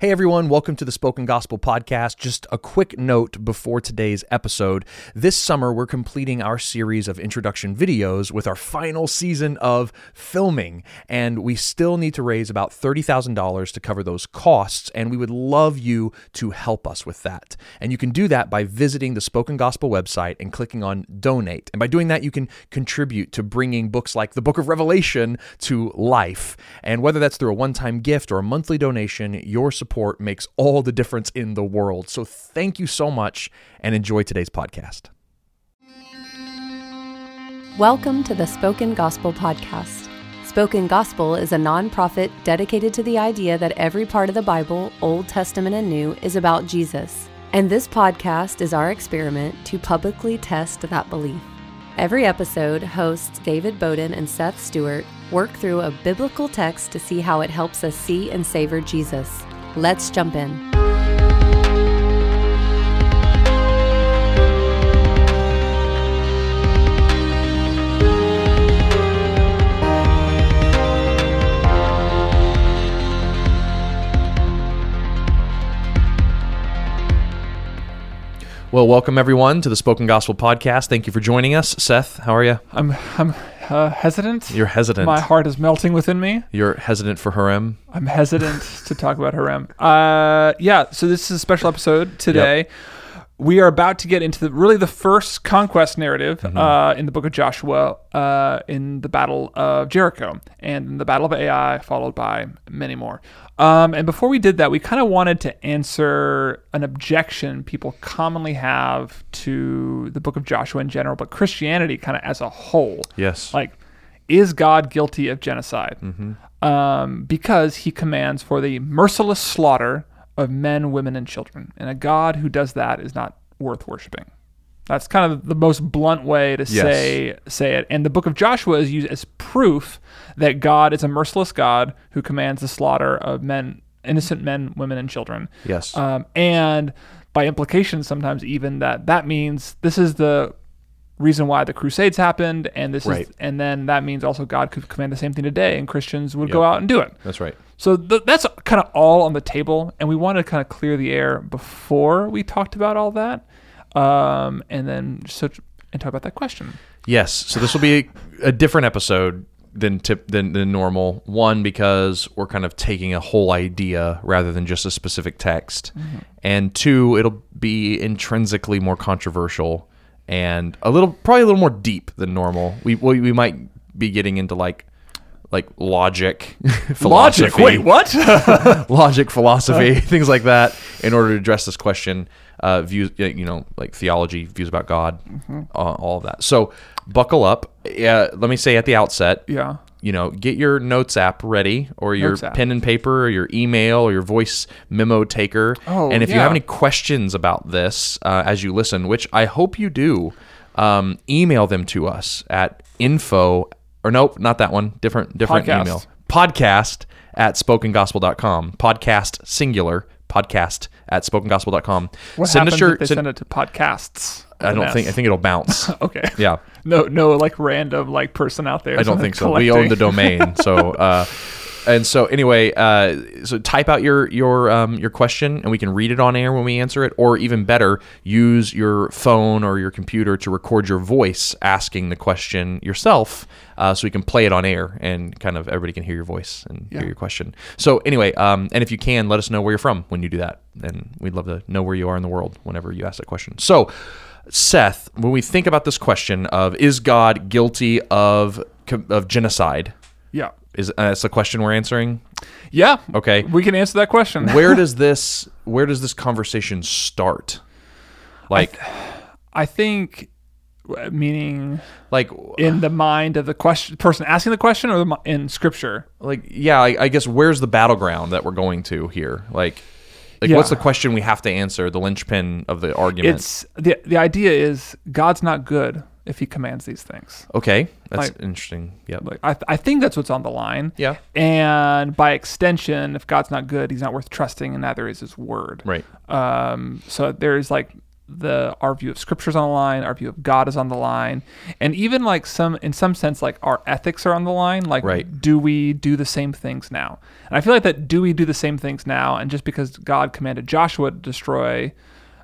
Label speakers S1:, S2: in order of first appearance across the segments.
S1: Hey everyone, welcome to the Spoken Gospel Podcast. Just a quick note before today's episode. This summer, we're completing our series of introduction videos with our final season of filming, and we still need to raise about $30,000 to cover those costs, and we would love you to help us with that. And you can do that by visiting the Spoken Gospel website and clicking on donate. And by doing that, you can contribute to bringing books like the Book of Revelation to life. And whether that's through a one time gift or a monthly donation, your support makes all the difference in the world. So thank you so much and enjoy today's podcast.
S2: Welcome to the Spoken Gospel Podcast. Spoken Gospel is a nonprofit dedicated to the idea that every part of the Bible, Old Testament and New, is about Jesus. And this podcast is our experiment to publicly test that belief. Every episode, hosts David Bowden and Seth Stewart work through a biblical text to see how it helps us see and savor Jesus. Let's jump in.
S1: Well, welcome everyone to the Spoken Gospel Podcast. Thank you for joining us. Seth, how are you?
S3: I'm I'm uh, hesitant.
S1: You're hesitant.
S3: My heart is melting within me.
S1: You're hesitant for Harem.
S3: I'm hesitant to talk about Harem. Uh, yeah. So this is a special episode today. We are about to get into the, really the first conquest narrative
S1: Mm-hmm.
S3: uh, in the book of Joshua, uh, in the battle of Jericho and the battle of Ai, followed by many more. Um, and before we did that, we kind of wanted to answer an objection people commonly have to the book of Joshua in general, but Christianity kind of as a whole
S1: Yes. Mm-hmm.
S3: like is god guilty of genocide um, because he commands for the merciless slaughter of men women and children and a god who does that is not worth worshiping that's kind of the most blunt way to
S1: Yes.
S3: say say it and the book of joshua is used as proof that god is a merciless god who commands the slaughter of men innocent men women and children
S1: yes.
S3: um, and by implication sometimes even that that means this is the reason why the crusades happened and this
S1: Right.
S3: is and then that means also god could command the same thing today and christians would go out and do it
S1: That's right.
S3: so th- that's kind of all on the table and we want to kind of clear the air before we talked about all that um, and then so and talk about that question
S1: Yes. So this will be a different episode than tip than, than normal. One because we're kind of taking a whole idea rather than just a specific text, and two, it'll be intrinsically more controversial and a little probably a little more deep than normal. We we, we might be getting into like like logic, philosophy,
S3: what
S1: logic, philosophy, things like that, in order to address this question, uh, views, uh, you know, like theology, views about God, uh, all of that. So, buckle up. Uh, let me say at the outset,
S3: yeah
S1: you know, get your notes app ready, or your
S3: Notes app.
S1: pen and paper, or your email, or your voice memo taker.
S3: Oh,
S1: and if you
S3: yeah.
S1: have any questions about this uh, as you listen, which I hope you do, um, email them to us at info or nope, not that one. Different different
S3: Podcast.
S1: email. Podcast at spokengospel.com. Podcast singular. Podcast at spokengospel.com.
S3: what
S1: send
S3: happens
S1: us your.
S3: if they
S1: send-
S3: send it to podcasts
S1: I don't think. I think it'll bounce.
S3: okay
S1: yeah.
S3: No, no, like random like person out there.
S1: I don't think so. We own the domain, so uh, and so anyway, uh, so type out your your um, your question, and we can read it on air when we answer it, or even better, use your phone or your computer to record your voice asking the question yourself, uh, so we can play it on air, and kind of everybody can hear your voice and hear your question. So anyway, um, and if you can, let us know where you're from when you do that, and we'd love to know where you are in the world whenever you ask that question. So. Seth, when we think about this question of is God guilty of of genocide?
S3: Yeah,
S1: Is uh, that's the question we're answering?
S3: yeah.
S1: Okay.
S3: we can answer that question.
S1: Where does this where does this conversation start? Like
S3: I think, w- meaning
S1: like
S3: in the mind of the question person asking the question, or the, mi- in Scripture.
S1: like yeah, I, I guess where's the battleground that we're going to here? Like like
S3: Yeah.
S1: what's the question we have to answer? The linchpin of the argument.
S3: It's the the idea is God's not good if He commands these things.
S1: okay, that's
S3: like-
S1: interesting. Yeah,
S3: Like I, I think that's what's on the line.
S1: Yeah.
S3: And by extension, if God's not good, He's not worth trusting, and neither is His word.
S1: right.
S3: Um. So there's like the our view of scriptures on the line, our view of God is on the line, and even like some in some sense like our ethics are on the line. Like,
S1: Right.
S3: do we do the same things now? And I feel like that do we do the same things now? And just because God commanded Joshua to destroy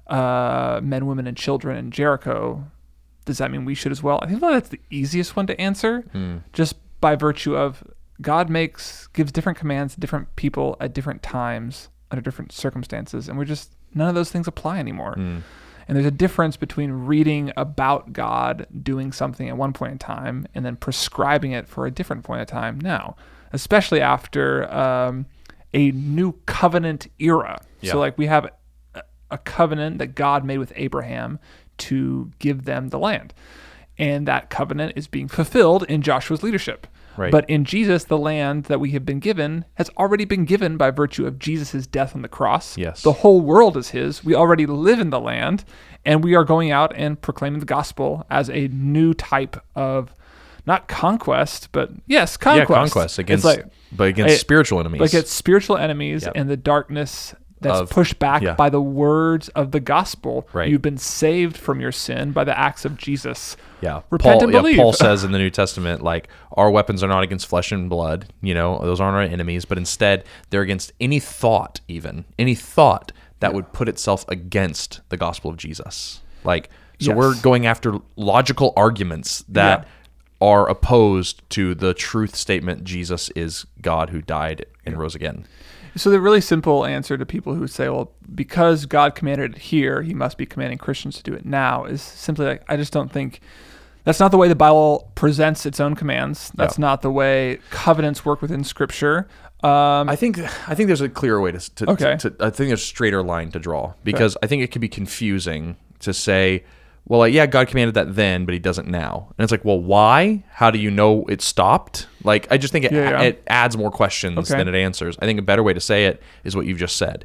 S3: uh, men, women, and children in Jericho, does that mean we should as well? I think that's the easiest one to answer, just by virtue of God makes gives different commands to different people at different times under different circumstances, and we're just none of those things apply anymore. And there's a difference between reading about God doing something at one point in time and then prescribing it for a different point in time now, especially after um, a new covenant era.
S1: Yeah.
S3: So, like, we have a- a covenant that God made with Abraham to give them the land. And that covenant is being fulfilled in Joshua's leadership.
S1: Right.
S3: But in Jesus, the land that we have been given has already been given by virtue of Jesus' death on the cross.
S1: Yes.
S3: The whole world is his. We already live in the land, and we are going out and proclaiming the gospel as a new type of not conquest, but yes,
S1: yeah,
S3: conquest.
S1: conquest against,
S3: it's like,
S1: but against
S3: it-
S1: spiritual enemies.
S3: like it's spiritual enemies
S1: Yep.
S3: and the darkness that's
S1: Of-
S3: pushed back
S1: yeah.
S3: by the words of the gospel.
S1: Right.
S3: You've been saved from your sin by the acts of Jesus.
S1: yeah,
S3: Repent
S1: Paul,
S3: and
S1: yeah,
S3: believe.
S1: Paul says in the New Testament, like our weapons are not against flesh and blood. You know, those aren't our enemies, but instead they're against any thought, even any thought that would put itself against the gospel of Jesus. Like, so
S3: Yes.
S1: we're going after logical arguments that are opposed to the truth statement: Jesus is God who died and rose again.
S3: So the really simple answer to people who say, "Well, because God commanded it here, He must be commanding Christians to do it now," is simply like, I just don't think that's not the way the Bible presents its own commands. That's not the way covenants work within Scripture. Um,
S1: I think I think there's a clearer way to, to,
S3: Okay.
S1: to, I think there's a straighter line to draw because I think it can be confusing to say, well, like, yeah, God commanded that then, but He doesn't now, and it's like, well, why? How do you know it stopped? Like, I just think it,
S3: Yeah, yeah.
S1: it adds more questions
S3: Okay.
S1: than it answers. I think a better way to say it is what you've just said.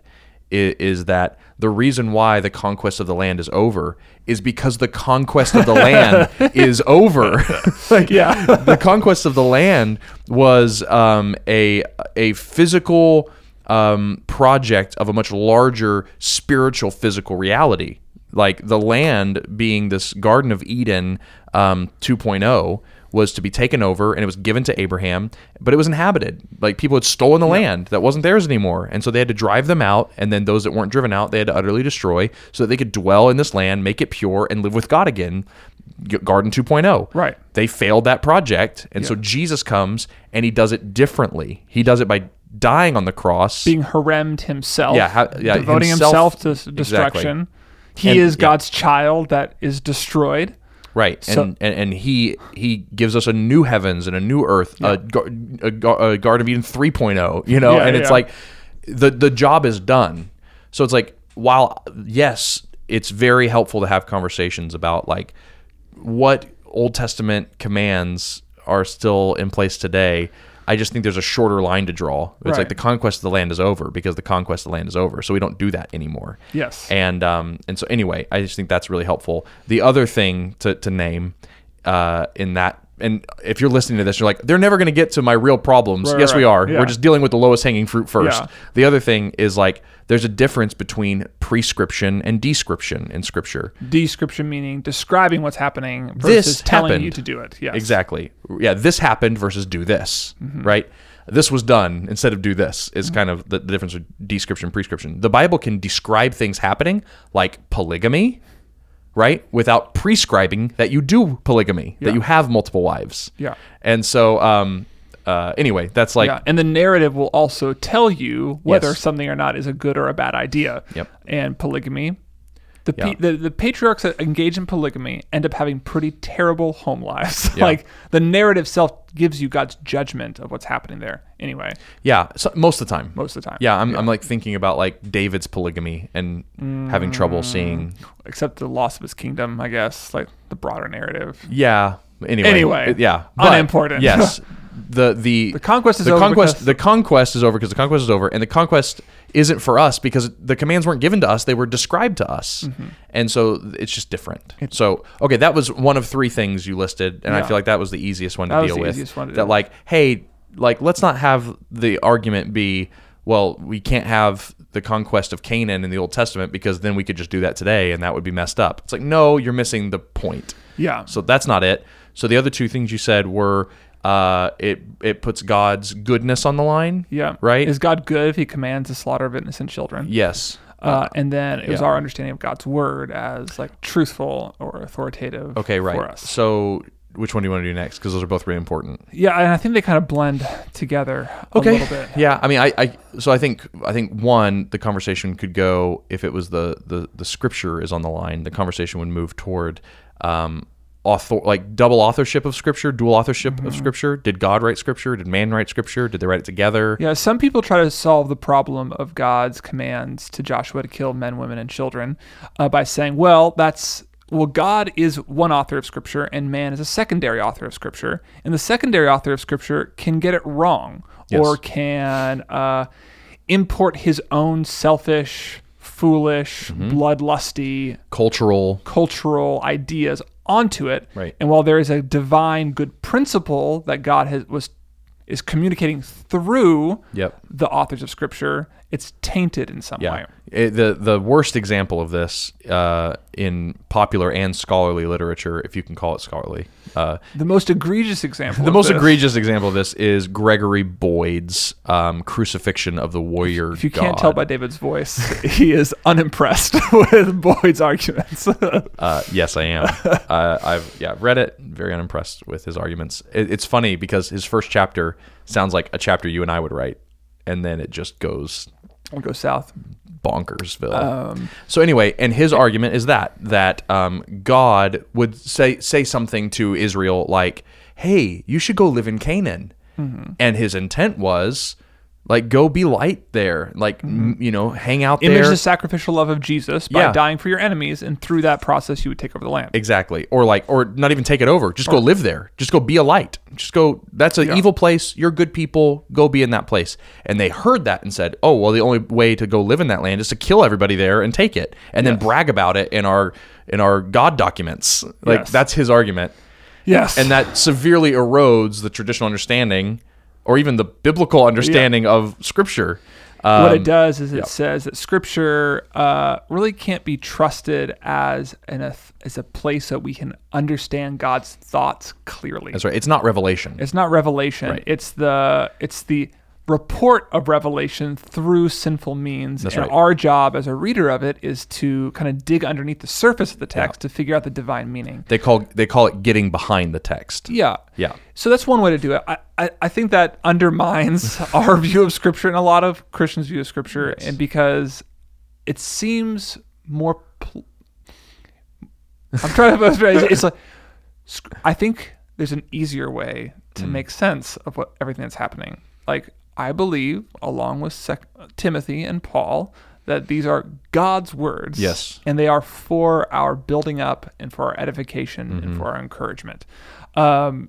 S1: i- Is that the reason why the conquest of the land is over? Is because the conquest of the land is over. like,
S3: Yeah.
S1: the conquest of the land was um, a a physical um, project of a much larger spiritual physical reality. Like the land being this Garden of Eden um, 2.0 was to be taken over and it was given to Abraham, but it was inhabited. Like people had stolen the land that wasn't theirs anymore. And so they had to drive them out. And then those that weren't driven out, they had to utterly destroy so that they could dwell in this land, make it pure, and live with God again. G- Garden oh. 2.0
S3: Right.
S1: they failed that project and so jesus comes and he does it differently he does it by dying on the cross
S3: being haremed himself,
S1: Yeah, how- yeah,
S3: devoting
S1: himself-
S3: himself, to s- destruction. He
S1: And-
S3: is
S1: yeah.
S3: God's child that is destroyed.
S1: right
S3: So-
S1: and, and and he he gives us a new heavens and a new earth a, gar- a, gar- a garden of eden 3.0 you know
S3: Yeah,
S1: and it's
S3: yeah.
S1: like the the job is done so it's like while yes it's very helpful to have conversations about like what old testament commands are still in place today i just think there's a shorter line to draw it's like
S3: Right.
S1: the conquest of the land is over because the conquest of the land is over so we don't do that anymore
S3: Yes.
S1: and um, and so anyway, I just think that's really helpful. The other thing to, to name uh, in that, and if you're listening to this, you're like, they're never going to get to my real problems.
S3: Right,
S1: yes, we
S3: right.
S1: are.
S3: Yeah.
S1: We're just dealing with the lowest hanging fruit first.
S3: Yeah.
S1: The other thing is like, there's a difference between prescription and description in Scripture.
S3: Description meaning describing what's happening
S1: This
S3: versus telling you
S1: happened.
S3: to do it. Yes. Mm-hmm.
S1: Exactly. Yeah, this happened versus do this, right? This was done instead of do this is kind of the, the difference of description, prescription. The Bible can describe things happening like polygamy, right? Without prescribing that you do polygamy, that you have multiple wives.
S3: Yeah.
S1: And so, um, uh, anyway, that's like,
S3: yeah, and the narrative will also tell you whether
S1: Yes.
S3: something or not is a good or a bad idea.
S1: Yep.
S3: And polygamy, the,
S1: Yeah.
S3: pe- the the patriarchs that engage in polygamy end up having pretty terrible home lives.
S1: Yeah.
S3: like the narrative self gives you God's judgment of what's happening there. Anyway,
S1: yeah, so, most of the time.
S3: most of the time.
S1: yeah, I'm, I'm like thinking about like David's polygamy and having trouble
S3: Mm.
S1: seeing.
S3: Except the loss of his kingdom, I guess. Like the broader narrative.
S1: Yeah. Anyway.
S3: Anyway,
S1: it- Yeah.
S3: unimportant.
S1: Yes. The the the
S3: conquest is
S1: the
S3: over
S1: Conquest,
S3: because-
S1: the conquest is over because the conquest is over, and the conquest isn't for us because the commands weren't given to us; they were described to us,
S3: Mm-hmm.
S1: and so it's just different. so okay, that was one of three things you listed, and I
S3: Yeah.
S1: feel like that was the easiest one to
S3: That was
S1: deal
S3: the
S1: with.
S3: easiest one to
S1: that
S3: deal
S1: like, hey, like let's not have the argument be, well, we can't have the conquest of Canaan in the Old Testament because then we could just do that today and that would be messed up. It's like, no, you're missing the point.
S3: Yeah.
S1: So that's not it. So the other two things you said were uh, it it puts God's goodness on the line.
S3: Yeah.
S1: Right?
S3: Is God good if he commands the slaughter of innocent children?
S1: yes.
S3: Uh, and then it was
S1: yeah.
S3: our understanding of God's word as like truthful or authoritative
S1: Okay, right.
S3: for us.
S1: So which one do you want to do next? Because those are both really important.
S3: Yeah, and I think they kind of blend together a little bit.
S1: Yeah, I mean, I, I, so I think, I think one, the conversation could go if it was the the the scripture is on the line, the conversation would move toward, um, author like double authorship of scripture, dual authorship
S3: Mm-hmm.
S1: of scripture. Did God write scripture? Did man write scripture? Did they write it together?
S3: Yeah, some people try to solve the problem of God's commands to Joshua to kill men, women, and children uh, by saying, well, that's, well, God is one author of Scripture and man is a secondary author of Scripture. And the secondary author of Scripture can get it wrong or can uh, import his own selfish, foolish, bloodlusty,
S1: Cultural.
S3: cultural ideas onto it.
S1: Right.
S3: And while there is a divine good principle that God has was is communicating through
S1: Yep.
S3: the authors of scripture, it's tainted in some way.
S1: Yeah. It- the the worst example of this uh, in popular and scholarly literature, if you can call it scholarly, uh,
S3: The most egregious example.
S1: the
S3: of
S1: most
S3: this,
S1: egregious example of this is Gregory Boyd's um, crucifixion of the warrior.
S3: If you can't tell by David's voice, he is unimpressed with Boyd's arguments.
S1: Uh, yes, I am. uh, I've yeah I've read it. Very unimpressed with his arguments. It, it's funny because his first chapter sounds like a chapter you and I would write, and then it just goes
S3: we'll go south.
S1: bonkersville.
S3: Um,
S1: so anyway, and his argument is that that um, God would say say something to Israel like, "Hey, you should go live in Canaan,"
S3: Mm-hmm.
S1: and his intent was like, "Go be light there, like m- you know, hang out
S3: Mm-hmm. Image
S1: there."
S3: the sacrificial love of Jesus by
S1: Yeah.
S3: dying for your enemies, and through that process, you would take over the land.
S1: Exactly. Or like or not even take it over. Just go live there. Just go be a light. Just go that's an evil place. You're good people. Go be in that place. And they heard that and said, "Oh, well the only way to go live in that land is to kill everybody there and take it and then brag about it in our in our god documents." Like
S3: Yes.
S1: that's his argument.
S3: Yes.
S1: And that severely erodes the traditional understanding or even the biblical understanding of scripture. Um,
S3: what it does is it says that scripture uh, really can't be trusted as an auth- as a place that we can understand God's thoughts clearly.
S1: that's right. It's not revelation.
S3: It's not revelation. It's the it's the report of revelation through sinful means. and
S1: right.
S3: our job as a reader of it is to kind of dig underneath the surface of the text to figure out the divine meaning.
S1: they call they call it getting behind the text.
S3: Yeah.
S1: Yeah.
S3: So that's one way to do it. I, I, I think that undermines our view of scripture and a lot of Christians' view of scripture, and because it seems more. Pl- I'm trying to. It's, it's like sc- I think there's an easier way to
S1: Mm.
S3: make sense of what everything that's happening. Like I believe, along with sec- Timothy and Paul, that these are God's words.
S1: Yes.
S3: and they are for our building up and for our edification
S1: Mm-hmm.
S3: and for our encouragement. Um,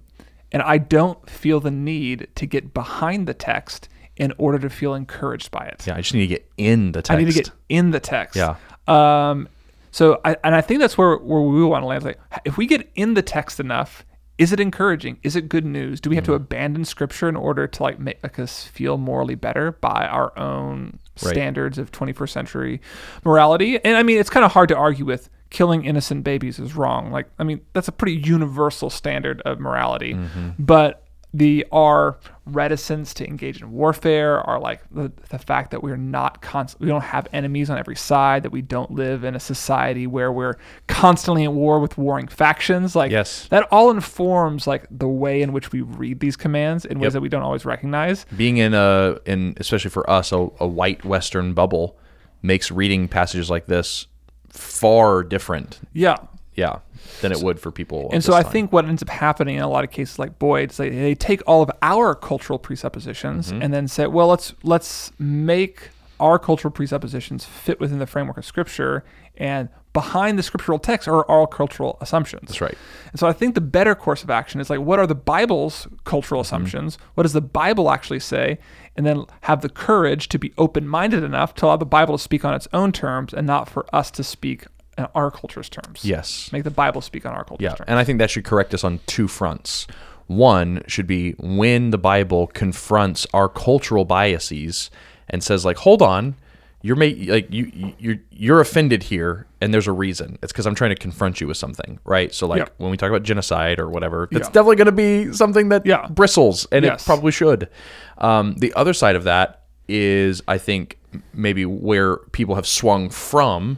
S3: and I don't feel the need to get behind the text in order to feel encouraged by it.
S1: Yeah, I just need to get in the text.
S3: I need to get in the text.
S1: Yeah.
S3: Um, so I and I think that's where where we want to land. Like, if we get in the text enough, is it encouraging? Is it good news? Do we have
S1: Mm-hmm.
S3: to abandon scripture in order to like make, make us feel morally better by our own
S1: Right.
S3: standards of 21st century morality? And I mean, it's kind of hard to argue with killing innocent babies is wrong. Like, I mean, that's a pretty universal standard of morality.
S1: Mm-hmm.
S3: But the our reticence to engage in warfare, our like the, the fact that we're not constant, we don't have enemies on every side, that we don't live in a society where we're constantly at war with warring factions, like
S1: Yes.
S3: that all informs like the way in which we read these commands in ways
S1: Yep.
S3: that we don't always recognize.
S1: being in a in especially for us a, a white western bubble makes reading passages like this far different
S3: Yeah,
S1: yeah than it would for people of
S3: And so
S1: this
S3: I
S1: time.
S3: think what ends up happening in a lot of cases like Boyd is they, they take all of our cultural presuppositions
S1: Mm-hmm.
S3: and then say, well, let's let's make our cultural presuppositions fit within the framework of scripture and behind the scriptural text are our cultural assumptions.
S1: that's right
S3: And so I think the better course of action is like, what are the Bible's cultural
S1: Mm-hmm.
S3: assumptions? What does the Bible actually say? And then have the courage to be open minded enough to allow the Bible to speak on its own terms and not for us to speak in our culture's terms.
S1: yes
S3: Make the Bible speak on our culture's
S1: yeah
S3: terms.
S1: and i think that should correct us on two fronts one should be when the bible confronts our cultural biases and says like hold on you're make, like you you're you're offended here and there's a reason it's because i'm trying to confront you with something right so like
S3: Yeah.
S1: when we talk about genocide or whatever that's
S3: Yeah.
S1: definitely going to be something that
S3: Yeah.
S1: bristles and
S3: Yes.
S1: it probably should um, the other side of that is i think m- maybe where people have swung from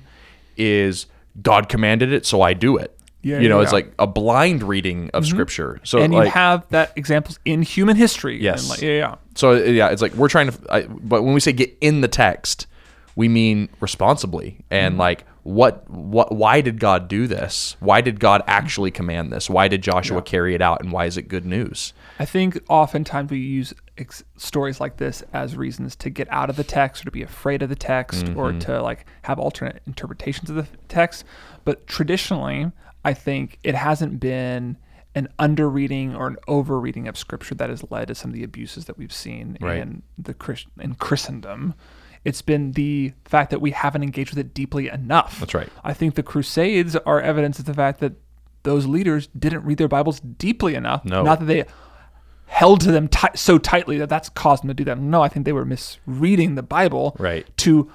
S1: is god commanded it so i do it
S3: Yeah,
S1: you know it's
S3: yeah. Mm-hmm.
S1: like a blind reading of scripture so
S3: and you
S1: like,
S3: have that examples in human history.
S1: Yes.
S3: And like, yeah, yeah.
S1: so yeah, it's like we're trying to. I, but when we say get in the text, we mean responsibly and
S3: Mm-hmm.
S1: like what what why did God do this? Why did God actually command this? Why did Joshua carry it out? And why is it good news?
S3: I think oftentimes we use ex- stories like this as reasons to get out of the text or to be afraid of the text or
S1: Mm-hmm.
S3: to like have alternate interpretations of the text. But traditionally, I think it hasn't been an underreading or an overreading of scripture that has led to some of the abuses that we've seen
S1: Right.
S3: in the Christ- in Christendom. It's been the fact that we haven't engaged with it deeply enough.
S1: That's right.
S3: I think the Crusades are evidence of the fact that those leaders didn't read their Bibles deeply enough.
S1: No.
S3: Not that they held to them ti so tightly that that's caused them to do that. No, I think they were misreading the Bible
S1: Right.
S3: to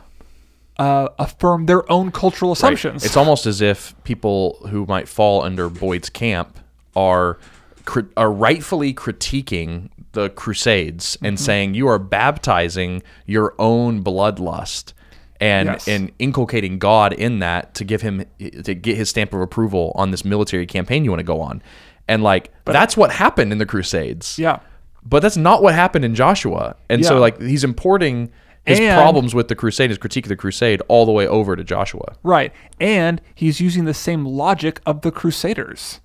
S3: uh, affirm their own cultural assumptions.
S1: Right. It's almost as if people who might fall under Boyd's camp are cri- are rightfully critiquing the Crusades and
S3: Mm-hmm.
S1: saying you are baptizing your own bloodlust and
S3: Yes.
S1: and inculcating God in that to give him to get his stamp of approval on this military campaign you want to go on. And like that's what happened in the Crusades.
S3: yeah.
S1: But that's not what happened in Joshua. And so
S3: Yeah.
S1: like he's importing his
S3: And-
S1: problems with the crusade, his critique of the crusade, all the way over to Joshua.
S3: Right. And he's using the same logic of the Crusaders.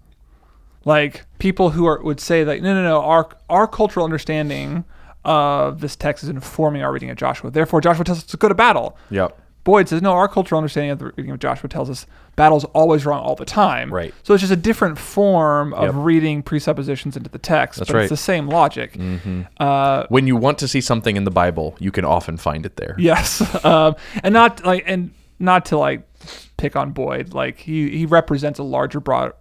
S3: Like people who are would say like no no no our our cultural understanding of this text is informing our reading of Joshua. Therefore Joshua tells us to go to battle.
S1: Yep.
S3: Boyd says no our cultural understanding of the reading of Joshua tells us battle's always wrong all the time.
S1: Right.
S3: So it's just a different form of
S1: Yep.
S3: reading presuppositions into the text. That's but
S1: right. Mm-hmm.
S3: it's the same logic.
S1: when you want to see something in the Bible, you can often find it there.
S3: Yes, um, and not like and not to like pick on Boyd. Like he he represents a larger broad like-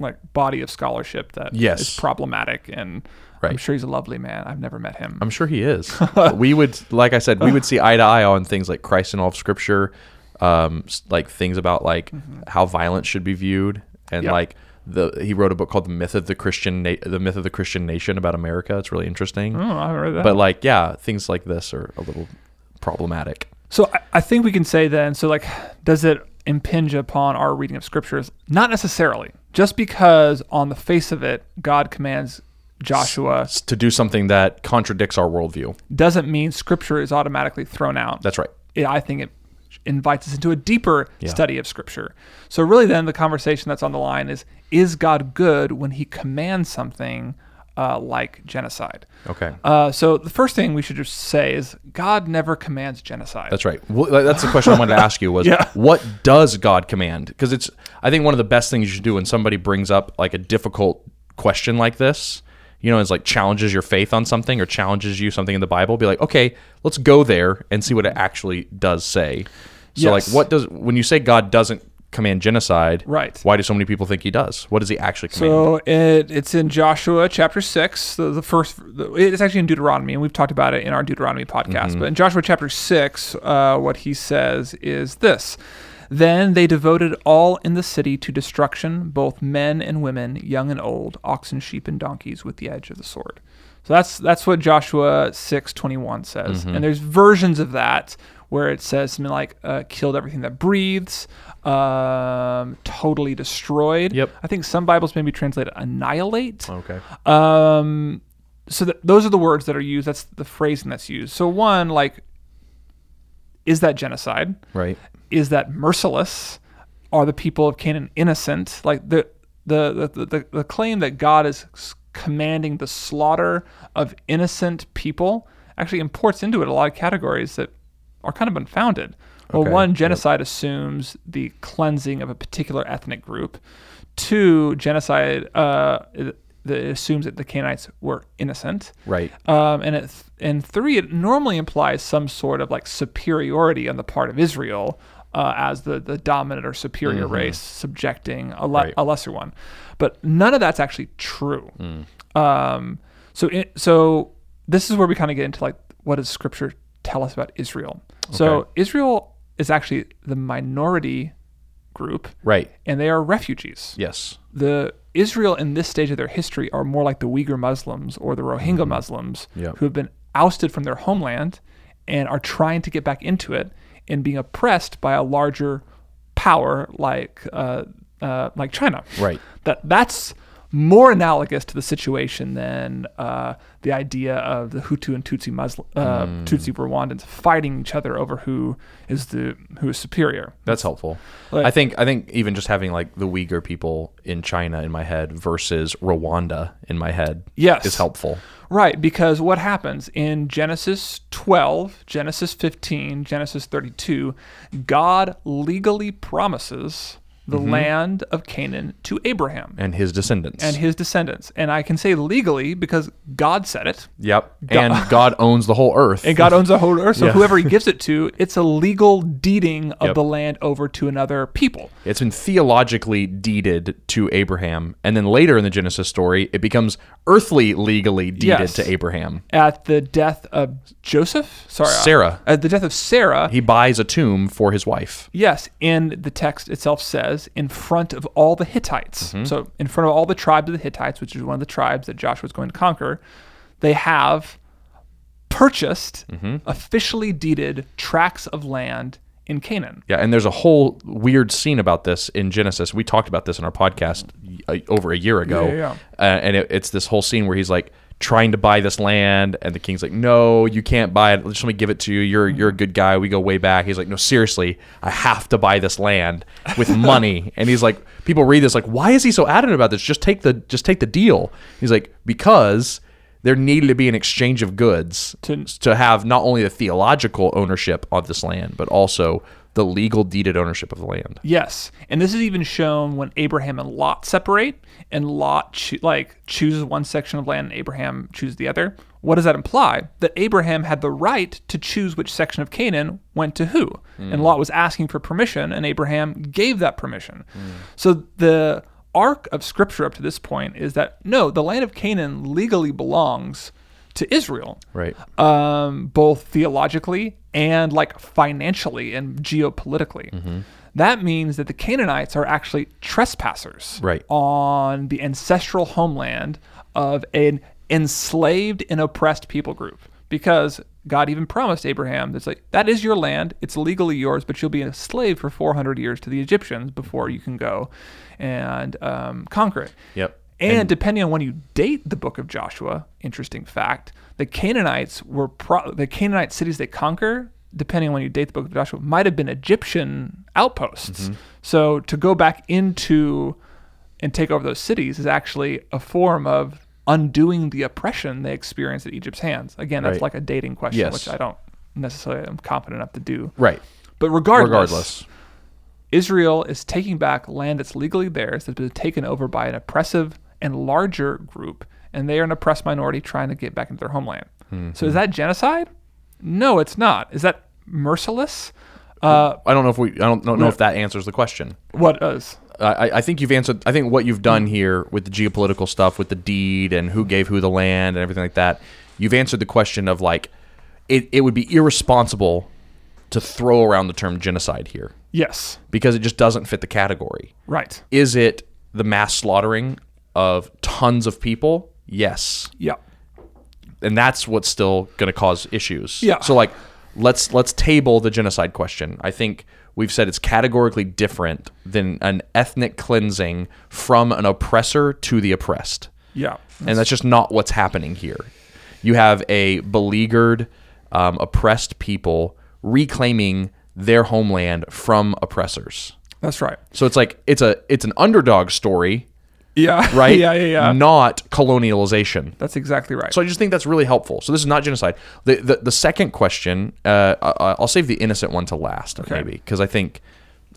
S3: like body of scholarship that is
S1: Yes.
S3: problematic, and I'm
S1: Right.
S3: sure he's a lovely man. I've never met him.
S1: I'm sure he is. we would, like I said, we would see eye to eye on things like Christ in all of Scripture, um, s- like things about like how violence should be viewed, and
S3: Yeah.
S1: like the he wrote a book called "The Myth of the Christian Na- The Myth of the Christian Nation" about America. It's really interesting.
S3: Oh, I haven't read that.
S1: But like, yeah, things like this are a little problematic.
S3: So I, I think we can say then, so like, does it impinge upon our reading of scriptures? Not necessarily. Just because on the face of it, God commands Joshua
S1: S- To do something that contradicts our worldview.
S3: doesn't mean scripture is automatically thrown out.
S1: That's right.
S3: it, I think it invites us into a deeper
S1: Yeah.
S3: study of Scripture. So, really, then the conversation that's on the line is: Is God good when He commands something uh, like genocide?
S1: Okay.
S3: Uh, so, the first thing we should just say is God never commands genocide.
S1: That's right. Well, tha- that's the question I wanted to ask you was
S3: Yeah.
S1: what does God command? Because it's I think one of the best things you should do when somebody brings up like a difficult question like this, you know, is like challenges your faith on something or challenges you something in the Bible, be like, "Okay, let's go there and see what it actually does say." So
S3: Yes.
S1: like what does when you say God doesn't command genocide,
S3: Right.
S1: Why do so many people think he does? What does he actually command?
S3: So it, it's in Joshua chapter six, the, the first. The, it's actually in Deuteronomy, and we've talked about it in our Deuteronomy podcast. But in Joshua chapter six, uh, what he says is this: Then they devoted all in the city to destruction, both men and women, young and old, oxen, sheep, and donkeys, with the edge of the sword. So that's that's what Joshua six twenty one says, and there's versions of that where it says something like uh, killed everything that breathes, um, totally destroyed.
S1: Yep.
S3: I think some Bibles maybe translate annihilate.
S1: okay.
S3: Um, so th- those are the words that are used. That's the phrasing that's used. So one, like, is that genocide?
S1: Right.
S3: Is that merciless? Are the people of Canaan innocent? Like the the the, the, the claim that God is s- commanding the slaughter of innocent people actually imports into it a lot of categories that are kind of unfounded. Well,
S1: Okay.
S3: one, genocide assumes the cleansing of a particular ethnic group. Two, genocide uh, it, it assumes that the Canaanites were innocent.
S1: Right.
S3: Um, and it and three, it normally implies some sort of like superiority on the part of Israel uh, as the the dominant or superior race subjecting a, le-
S1: Mm-hmm. Right.
S3: a lesser one. But none of that's actually true.
S1: Mm.
S3: Um, so it, so this is where we kind of get into like what does Scripture tell us about Israel. So
S1: Okay.
S3: Israel is actually the minority group,
S1: Right.
S3: and they are refugees.
S1: Yes.
S3: The Israel in this stage of their history are more like the Uyghur Muslims or the Rohingya Muslims
S1: Mm-hmm. Yep.
S3: who have been ousted from their homeland and are trying to get back into it and being oppressed by a larger power like uh, uh, like China.
S1: Right.
S3: That that's more analogous to the situation than uh, the idea of the Hutu and Tutsi Muslim uh,
S1: Mm.
S3: Tutsi Rwandans fighting each other over who is the who is superior.
S1: That's helpful.
S3: Like-
S1: I think I think even just having like the Uyghur people in China in my head versus Rwanda in my head
S3: Yes.
S1: is helpful.
S3: Right, because what happens in Genesis 12, Genesis 15, Genesis 32, God legally promises the
S1: Mm-hmm.
S3: land of Canaan to Abraham
S1: And his descendants.
S3: and his descendants. And I can say legally because God said it.
S1: yep. and God owns the whole earth.
S3: And God owns the whole earth, so
S1: Yeah.
S3: whoever he gives it to, it's a legal deeding of
S1: Yep.
S3: the land over to another people.
S1: It's been theologically deeded to Abraham, and then later in the Genesis story, it becomes earthly legally deeded
S3: Yes.
S1: to Abraham.
S3: At the death of Joseph, sorry, I-
S1: Sarah.
S3: At the death of Sarah,
S1: He buys a tomb for his wife.
S3: Yes, and the text itself says, in front of all the Hittites. So, in front of all the tribes of the Hittites, which is one of the tribes that Joshua's going to conquer, they have purchased, officially deeded tracts of land in Canaan.
S1: Yeah, and there's a whole weird scene about this in Genesis. We talked about this in our podcast uh, over a year ago.
S3: Yeah, yeah,
S1: Uh, and it, it's this whole scene where he's like trying to buy this land, and the king's like, "No, you can't buy it. Just let me give it to you. You're you're a good guy. We go way back." He's like, "No, seriously, I have to buy this land with money." and he's like, "People read this like, why is he so adamant about this? Just take the just take the deal." He's like, "Because." There needed to be an exchange of goods
S3: To-
S1: to have not only the theological ownership of this land, but also the legal deeded ownership of the land.
S3: Yes, and this is even shown when Abraham and Lot separate, and Lot cho- like chooses one section of land, and Abraham chooses the other. What does that imply? That Abraham had the right to choose which section of Canaan went to who, and Lot was asking for permission, and Abraham gave that permission. So the arc of Scripture up to this point is that no, the land of Canaan legally belongs to Israel
S1: Right.
S3: um, both theologically and like financially and geopolitically.
S1: Mm-hmm.
S3: That means that the Canaanites are actually trespassers
S1: Right.
S3: on the ancestral homeland of an enslaved and oppressed people group because God even promised Abraham that's like that is your land it's legally yours but you'll be a slave for 400 years to the Egyptians before
S1: Mm-hmm.
S3: you can go and um, conquer it
S1: Yep.
S3: and, depending on when you date the book of Joshua, interesting fact, the Canaanites were pro- the Canaanite cities they conquer, depending on when you date the book of Joshua, might have been Egyptian outposts.
S1: Mm-hmm.
S3: So to go back into and take over those cities is actually a form of undoing the oppression they experienced at Egypt's hands. Again, that's
S1: Right.
S3: like a dating question,
S1: Yes.
S3: which I don't necessarily am confident enough to do.
S1: Right.
S3: But regardless,
S1: Regardless.
S3: Israel is taking back land that's legally theirs that's been taken over by an oppressive and larger group, and they are an oppressed minority trying to get back into their homeland. So
S1: Mm-hmm.
S3: is that genocide? No, it's not. Is that merciless? Uh,
S1: I don't know if we. I don't, don't know if that answers the question.
S3: what is?
S1: I, I think you've answered. I think what you've done here with the geopolitical stuff, with the deed and who gave who the land and everything like that, you've answered the question of like, it, it would be irresponsible to throw around the term genocide here
S3: Yes,
S1: because it just doesn't fit the category.
S3: right.
S1: Is it the mass slaughtering of tons of people? Yes.
S3: Yeah,
S1: and that's what's still going to cause issues.
S3: Yeah.
S1: So like, let's let's table the genocide question. I think we've said it's categorically different than an ethnic cleansing from an oppressor to the oppressed,
S3: yeah,
S1: and that's just not what's happening here. You have a beleaguered, um, oppressed people reclaiming their homeland from oppressors.
S3: that's right.
S1: So it's like it's a it's an underdog story,
S3: Yeah,
S1: right?
S3: yeah, yeah, yeah.
S1: Not colonialization.
S3: That's exactly right.
S1: So I just think that's really helpful. So this is not genocide. The the, the second question, uh, I, I'll save the innocent one to last, maybe, because I think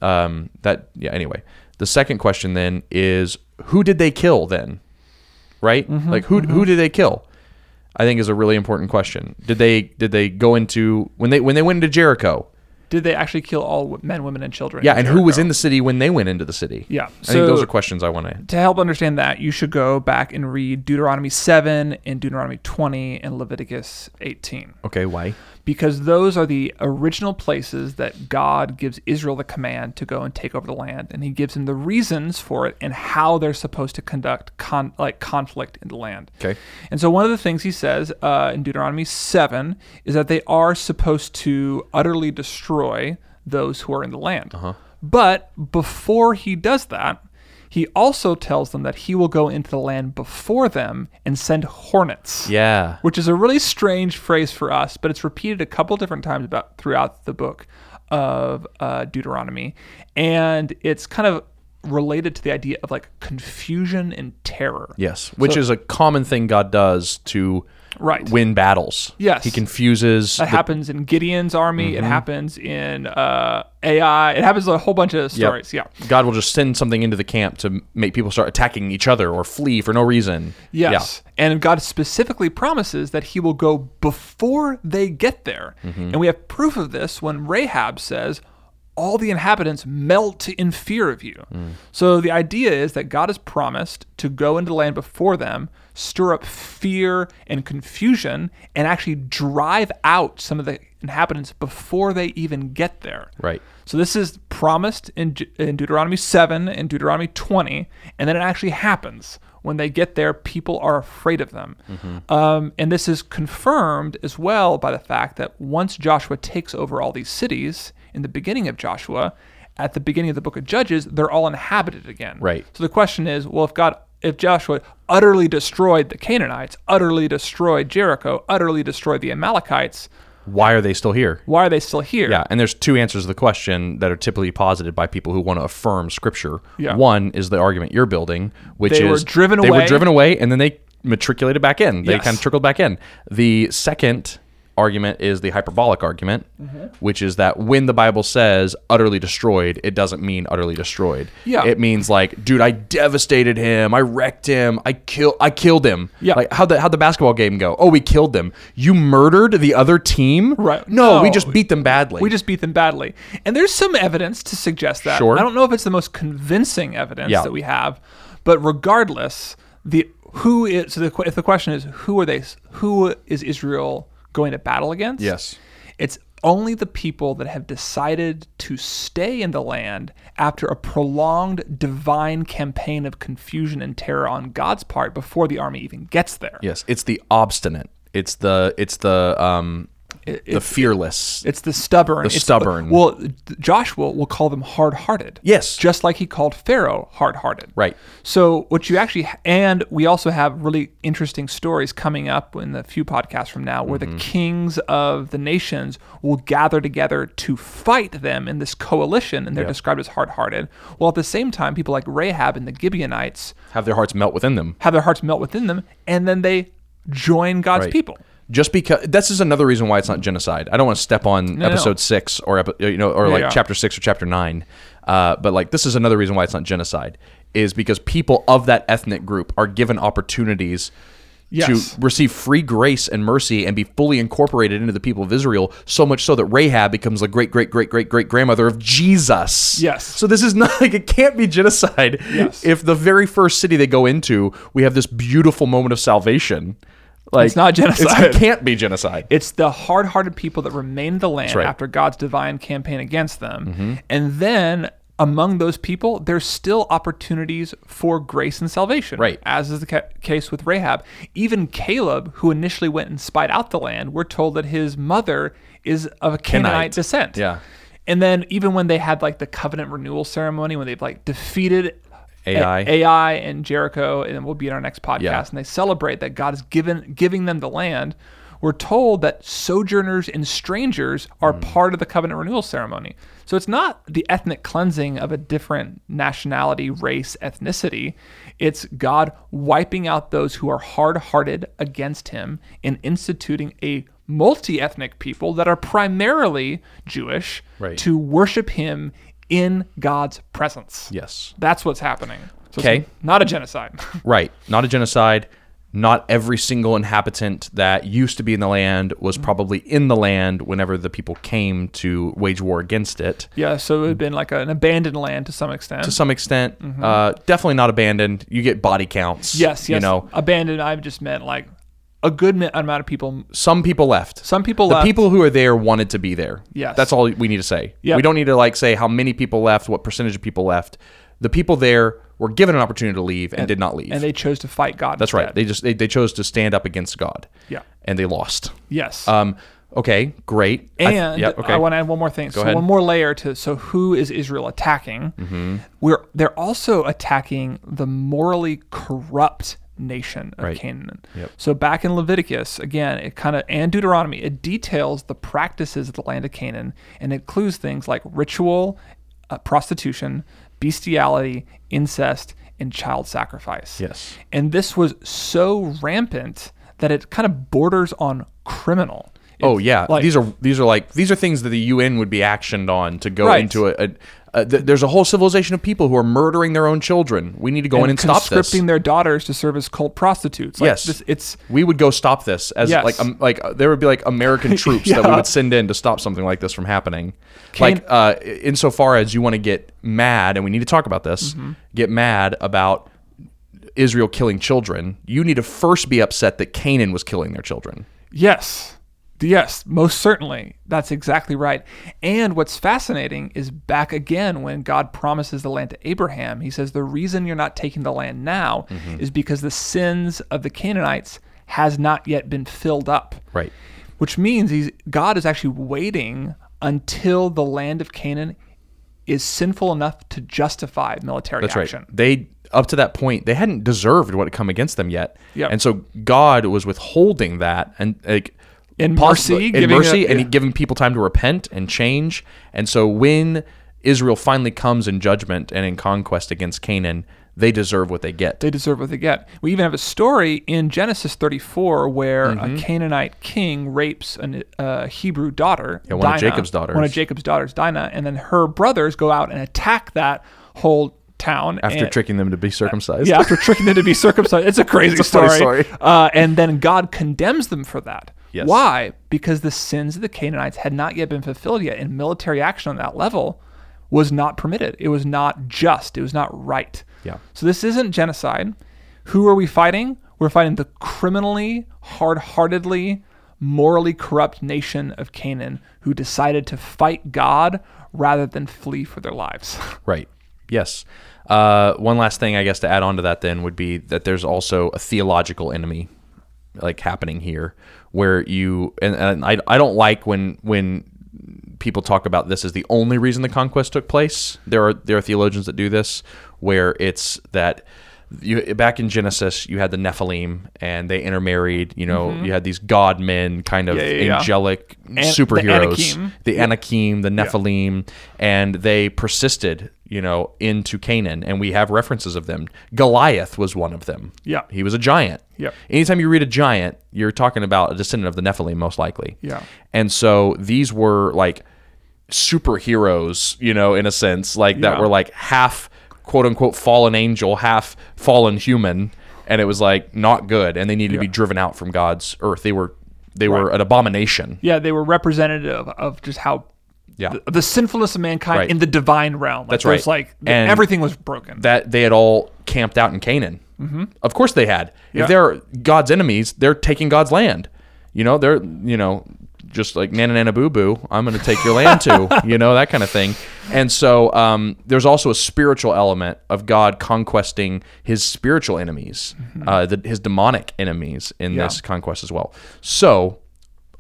S1: um, that yeah. Anyway, the second question then is who did they kill then, right?
S3: Mm-hmm,
S1: like who who did they kill? I think is a really important question. Did they did they go into when they when they went into Jericho?
S3: did they actually kill all w- men, women, and children?
S1: Yeah, and who was in
S3: Jericho?
S1: the city when they went into the city?
S3: Yeah.
S1: I think those
S3: So-
S1: are questions I want to.
S3: to help understand that, you should go back and read Deuteronomy 7 and Deuteronomy 20 and Leviticus 18
S1: Okay, why?
S3: because those are the original places that God gives Israel the command to go and take over the land, and He gives them the reasons for it and how they're supposed to conduct con- like conflict in the land.
S1: Okay.
S3: And so one of the things He says uh, in Deuteronomy seven is that they are supposed to utterly destroy those who are in the land.
S1: Uh-huh.
S3: But before He does that. He also tells them that he will go into the land before them and send hornets
S1: Yeah.
S3: which is a really strange phrase for us, but it's repeated a couple different times about throughout the book of uh, Deuteronomy, and it's kind of related to the idea of like confusion and terror.
S1: Yes, which is a common thing God does to
S3: Right.
S1: win battles.
S3: Yes.
S1: He confuses.
S3: That
S1: the-
S3: happens in Gideon's army. It happens in uh, AI. It happens in a whole bunch of stories. Yeah.
S1: God will just send something into the camp to make people start attacking each other or flee for no reason.
S3: Yes. And God specifically promises that he will go before they get there. And we have proof of this when Rahab says, All the inhabitants melt in fear of you. So the idea is that God has promised to go into the land before them, stir up fear and confusion, and actually drive out some of the inhabitants before they even get there.
S1: Right.
S3: So this is promised in, Ju- in Deuteronomy 7 and Deuteronomy 20, and then it actually happens. When they get there, people are afraid of them.
S1: Mm-hmm.
S3: Um, and this is confirmed as well by the fact that once Joshua takes over all these cities in the beginning of Joshua, at the beginning of the book of Judges, they're all inhabited again.
S1: Right.
S3: So the question is, well, if God, if Joshua utterly destroyed the Canaanites, utterly destroyed Jericho, utterly destroyed the Amalekites,
S1: Why are they still here?
S3: why are they still here?
S1: Yeah, and there's two answers to the question that are typically posited by people who want to affirm scripture.
S3: Yeah.
S1: One is the argument you're building, which
S3: They were
S1: is
S3: driven
S1: they were
S3: away.
S1: driven away and then they matriculated back in. They
S3: Yes.
S1: kind of trickled back in. The second argument is the hyperbolic argument,
S3: Mm-hmm.
S1: which is that when the Bible says utterly destroyed, it doesn't mean utterly destroyed.
S3: Yeah.
S1: It means like, dude, I devastated him, I wrecked him, I kill I killed him.
S3: Yeah.
S1: Like how the how the basketball game go? Oh, we killed them. You murdered the other team?
S3: Right.
S1: No, we
S3: No.
S1: just beat them badly.
S3: We just beat them badly. And there's some evidence to suggest that.
S1: Sure.
S3: I don't know if it's the most convincing evidence
S1: Yeah.
S3: that we have, but regardless, the who is so the, que- if the question is who are they who is Israel going to battle against?
S1: Yes.
S3: It's only the people that have decided to stay in the land after a prolonged divine campaign of confusion and terror on God's part before the army even gets there.
S1: Yes, it's the obstinate. It's the it's the um the fearless.
S3: It's the stubborn. It's-
S1: stubborn.
S3: well, Joshua will call them hard-hearted.
S1: Yes.
S3: just like he called Pharaoh hard-hearted.
S1: Right.
S3: So what you actually and we also have really interesting stories coming up in the few podcasts from now where
S1: Mm-hmm.
S3: the kings of the nations will gather together to fight them in this coalition, and they're described as hard-hearted. Well, at the same time, people like Rahab and the Gibeonites
S1: have their hearts melt within them.
S3: have their hearts melt within them, and then they join God's
S1: Right.
S3: people.
S1: Just because this is another reason why it's not genocide. I don't want to step on
S3: no.
S1: episode six or epi- you know or like
S3: yeah.
S1: chapter six or chapter nine, uh, but like this is another reason why it's not genocide is because people of that ethnic group are given opportunities
S3: Yes.
S1: to receive free grace and mercy and be fully incorporated into the people of Israel. So much so that Rahab becomes the great great great great great grandmother of Jesus.
S3: Yes.
S1: So this is not like it can't be genocide.
S3: Yes.
S1: If the very first city they go into, we have this beautiful moment of salvation. Like
S3: It's not
S1: it
S3: genocide.
S1: can't be genocide.
S3: It's the hard hearted people that remain in the land
S1: right. Mm-hmm.
S3: after God's divine campaign against them. And then among those people, there's still opportunities for grace and salvation.
S1: Right.
S3: As is the ca- case with Rahab. Even Caleb, who initially went and spied out the land, we're told that his mother is of a Canaanite,
S1: Canaanite.
S3: descent.
S1: Yeah.
S3: And then even when they had like the covenant renewal ceremony, when they've like defeated
S1: AI.
S3: A- AI and Jericho, and we'll be in our next podcast,
S1: Yeah.
S3: and they celebrate that God is given giving them the land. We're told that sojourners and strangers are
S1: Mm.
S3: part of the covenant renewal ceremony. So it's not the ethnic cleansing of a different nationality, race, ethnicity. It's God wiping out those who are hard hearted against him and instituting a multi ethnic people that are primarily Jewish
S1: Right.
S3: to worship him in God's presence.
S1: Yes.
S3: That's what's happening. So it's
S1: Okay.
S3: Not a genocide.
S1: Right. Not a genocide. not every single inhabitant that used to be in the land was probably in the land whenever the people came to wage war against it.
S3: Yeah, so it would have been like an abandoned land to some extent.
S1: To some extent, uh, definitely not abandoned. You get body counts.
S3: Mm-hmm. yes, yes.
S1: You know,
S3: abandoned. I just meant like a good mi- amount of people.
S1: some people left.
S3: Some people
S1: the
S3: left.
S1: people who are there wanted to be there.
S3: Yes.
S1: That's all we need to say.
S3: Yep.
S1: We don't need to like say how many people left, what percentage of people left. The people there were given an opportunity to leave and, did not leave.
S3: and they chose to fight God.
S1: That's right.
S3: instead.
S1: They just they, they chose to stand up against God.
S3: Yeah.
S1: And they lost.
S3: yes.
S1: Um okay, great. I-
S3: And I,
S1: yeah, okay.
S3: want to add one more thing. so
S1: ahead.
S3: one more layer to so who is Israel attacking?
S1: Mm-hmm.
S3: We're they're also attacking the morally corrupt nation of
S1: Right.
S3: Canaan. So back in Leviticus, again, it kind of and Deuteronomy, it details the practices of the land of Canaan and includes things like ritual, uh, prostitution, bestiality, incest, and child sacrifice.
S1: Yes.
S3: And this was so rampant that it kind of borders on criminal.
S1: oh
S3: It's
S1: yeah.
S3: like-
S1: these are these are like these are things that the UN would be actioned on to go
S3: Right.
S1: into a, a, a th- there's a whole civilization of people who are murdering their own children. We need to go in and stop this.
S3: conscripting their daughters to serve as cult prostitutes. Like,
S1: Yes.
S3: this, it's
S1: we would go stop this as
S3: Yes.
S1: like um, like uh, there would be like American troops that we
S3: Yeah.
S1: would send in to stop something like this from happening.
S3: Can-
S1: like uh, insofar as you want to get mad, and we need to talk about this,
S3: Mm-hmm.
S1: get mad about Israel killing children. You need to first be upset that Canaan was killing their children.
S3: yes, yes, most certainly. That's exactly right. And what's fascinating is back again when God promises the land to Abraham, he says the reason you're not taking the land now
S1: Mm-hmm.
S3: is because the sins of the Canaanites has not yet been filled up.
S1: Right.
S3: Which means he's, God is actually waiting until the land of Canaan is sinful enough to justify military
S1: That's
S3: action.
S1: right. They up to that point they hadn't deserved what had come against them yet.
S3: Yep.
S1: And so God was withholding that and like
S3: In mercy,
S1: in
S3: giving
S1: mercy,
S3: a-
S1: and
S3: yeah.
S1: he giving people time to repent and change. And so when Israel finally comes in judgment and in conquest against Canaan, they deserve what they get.
S3: they deserve what they get. We even have a story in Genesis 34 where
S1: Mm-hmm.
S3: a Canaanite king rapes an- a Hebrew daughter, yeah,
S1: one of Jacob's daughters.
S3: one of Jacob's daughters, Dinah, and then her brothers go out and attack that whole town
S1: after
S3: and-
S1: tricking them to be circumcised.
S3: yeah, after tricking them to be circumcised. It's a crazy
S1: It's a
S3: story.
S1: funny story.
S3: Uh, and then God condemns them for that.
S1: Yes.
S3: Why? Because the sins of the Canaanites had not yet been fulfilled yet, and military action on that level was not permitted. It was not just. It was not right.
S1: Yeah.
S3: So this isn't genocide. Who are we fighting? We're fighting the criminally, hard-heartedly, morally corrupt nation of Canaan who decided to fight God rather than flee for their lives.
S1: Right. Yes. Uh, one last thing, I guess, to add on to that then would be that there's also a theological enemy, like happening here, where you and, and I, I don't like when when people talk about this as the only reason the conquest took place. There are there are theologians that do this, where it's that you back in Genesis you had the Nephilim and they intermarried. You know, you had these god men kind of
S3: Mm-hmm. Yeah, yeah, yeah.
S1: angelic
S3: An- the
S1: superheroes
S3: Anakim.
S1: the Anakim, the Nephilim, and they persisted, you know, into Canaan, and we have references of them. Goliath was one of them.
S3: Yeah.
S1: He was a giant.
S3: Yep.
S1: Anytime you read a giant, you're talking about a descendant of the Nephilim, most likely.
S3: Yeah.
S1: And so these were like superheroes, you know, in a sense, like that
S3: Yeah.
S1: were like half quote unquote fallen angel, half fallen human, and it was like not good, and they needed to be driven out from God's earth. They were they were an abomination.
S3: Yeah, they were representative of just how
S1: Yeah.
S3: the, the sinfulness of mankind
S1: Right.
S3: in the divine realm. Like,
S1: That's right.
S3: there's, Like th-
S1: And
S3: everything was broken.
S1: that they had all camped out in Canaan. Mm-hmm. Of course they had.
S3: Yeah.
S1: If they're God's enemies, they're taking God's land. You know, they're you know just like nana nana boo boo. I'm going to take your land too. You know that kind of thing. And so um, there's also a spiritual element of God conquesting His spiritual enemies, uh, the, His demonic enemies in
S3: Mm-hmm. Yeah.
S1: this conquest as well. So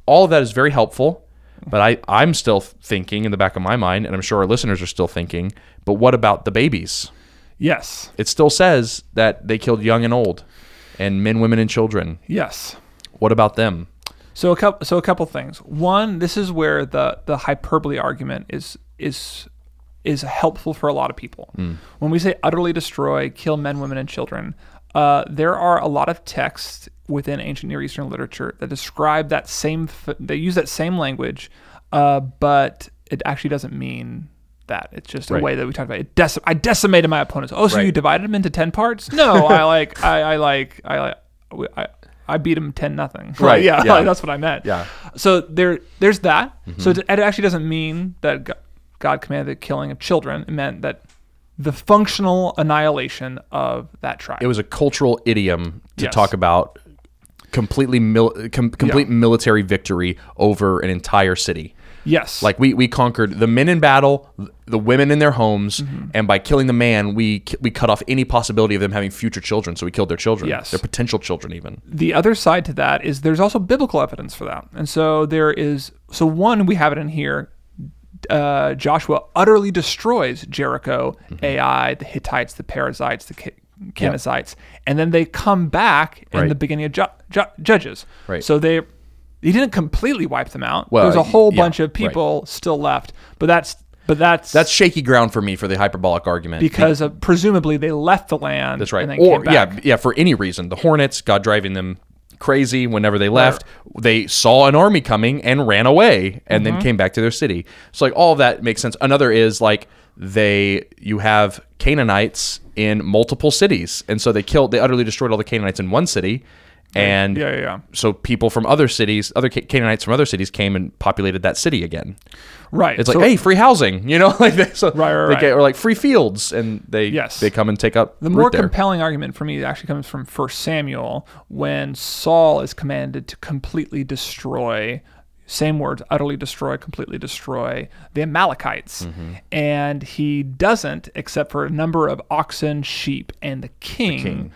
S1: all of that is very helpful but I, i'm still thinking in the back of my mind and i'm sure our listeners are still thinking but what about the babies
S3: yes.
S1: it still says that they killed young and old and men women and children
S3: Yes.
S1: what about them
S3: So a couple. So a couple things. One, this is where the the hyperbole argument is is is helpful for a lot of people.
S1: Hmm.
S3: When we say utterly destroy, kill men, women, and children, uh, there are a lot of texts within ancient Near Eastern literature that describe that same. F- they use that same language, uh, but it actually doesn't mean that. It's just a
S1: Right.
S3: way that we talked about. It deci- I decimated my opponents. Oh, so
S1: Right.
S3: you divided them into ten parts? No, I like. I, I like. I like. we- I, I beat him ten nothing.
S1: Right,
S3: yeah,
S1: yeah.
S3: that's what I meant.
S1: Yeah. Mm-hmm.
S3: So there, there's that. So it, it actually doesn't mean that Go- God commanded the killing of children. It meant that the functional annihilation of that tribe.
S1: It was a cultural idiom to
S3: Yes.
S1: talk about completely mil- com- complete military victory over an entire city.
S3: yes,
S1: Like we we conquered the men in battle, the women in their homes, and by killing the man, we ki- we cut off any possibility of them having future children. So we killed their children,
S3: Yes.
S1: their potential children, even.
S3: the other side to that is there's also biblical evidence for that. And so there is so one we have it in here. Uh, Joshua utterly destroys Jericho,
S1: Mm-hmm.
S3: Ai, the Hittites, the Perizzites, the Ca- Kenizzites, and then they come back in
S1: Right.
S3: the beginning of Ju- Ju- Judges.
S1: Right.
S3: So they he didn't completely wipe them out.
S1: Well,
S3: there's a whole
S1: yeah,
S3: bunch of
S1: right.
S3: people still left, but that's but that's
S1: That's shaky ground for me for the hyperbolic argument
S3: because uh, presumably they left the land.
S1: That's right.
S3: And then
S1: Or
S3: came back.
S1: yeah, yeah. For any reason, the Hornets, God driving them crazy whenever they left, they saw an army coming and ran away, and
S3: Mm-hmm.
S1: then came back to their city. So like all of that makes sense. Another is like they you have Canaanites in multiple cities, and so they killed, they utterly destroyed all the Canaanites in one city, and
S3: yeah, yeah, yeah.
S1: So people from other cities, other Ca- Canaanites from other cities, came and populated that city again.
S3: right.
S1: It's like,
S3: So-
S1: hey, free housing, you know, like they, so
S3: Right, right,
S1: they
S3: right.
S1: Get, or like free fields, and they
S3: Yes.
S1: they come and take up
S3: The more
S1: root there.
S3: compelling argument for me actually comes from 1 Samuel when Saul is commanded to completely destroy, same words, utterly destroy, completely destroy the Amalekites.
S1: Mm-hmm.
S3: And he doesn't, except for a number of oxen, sheep, and the king,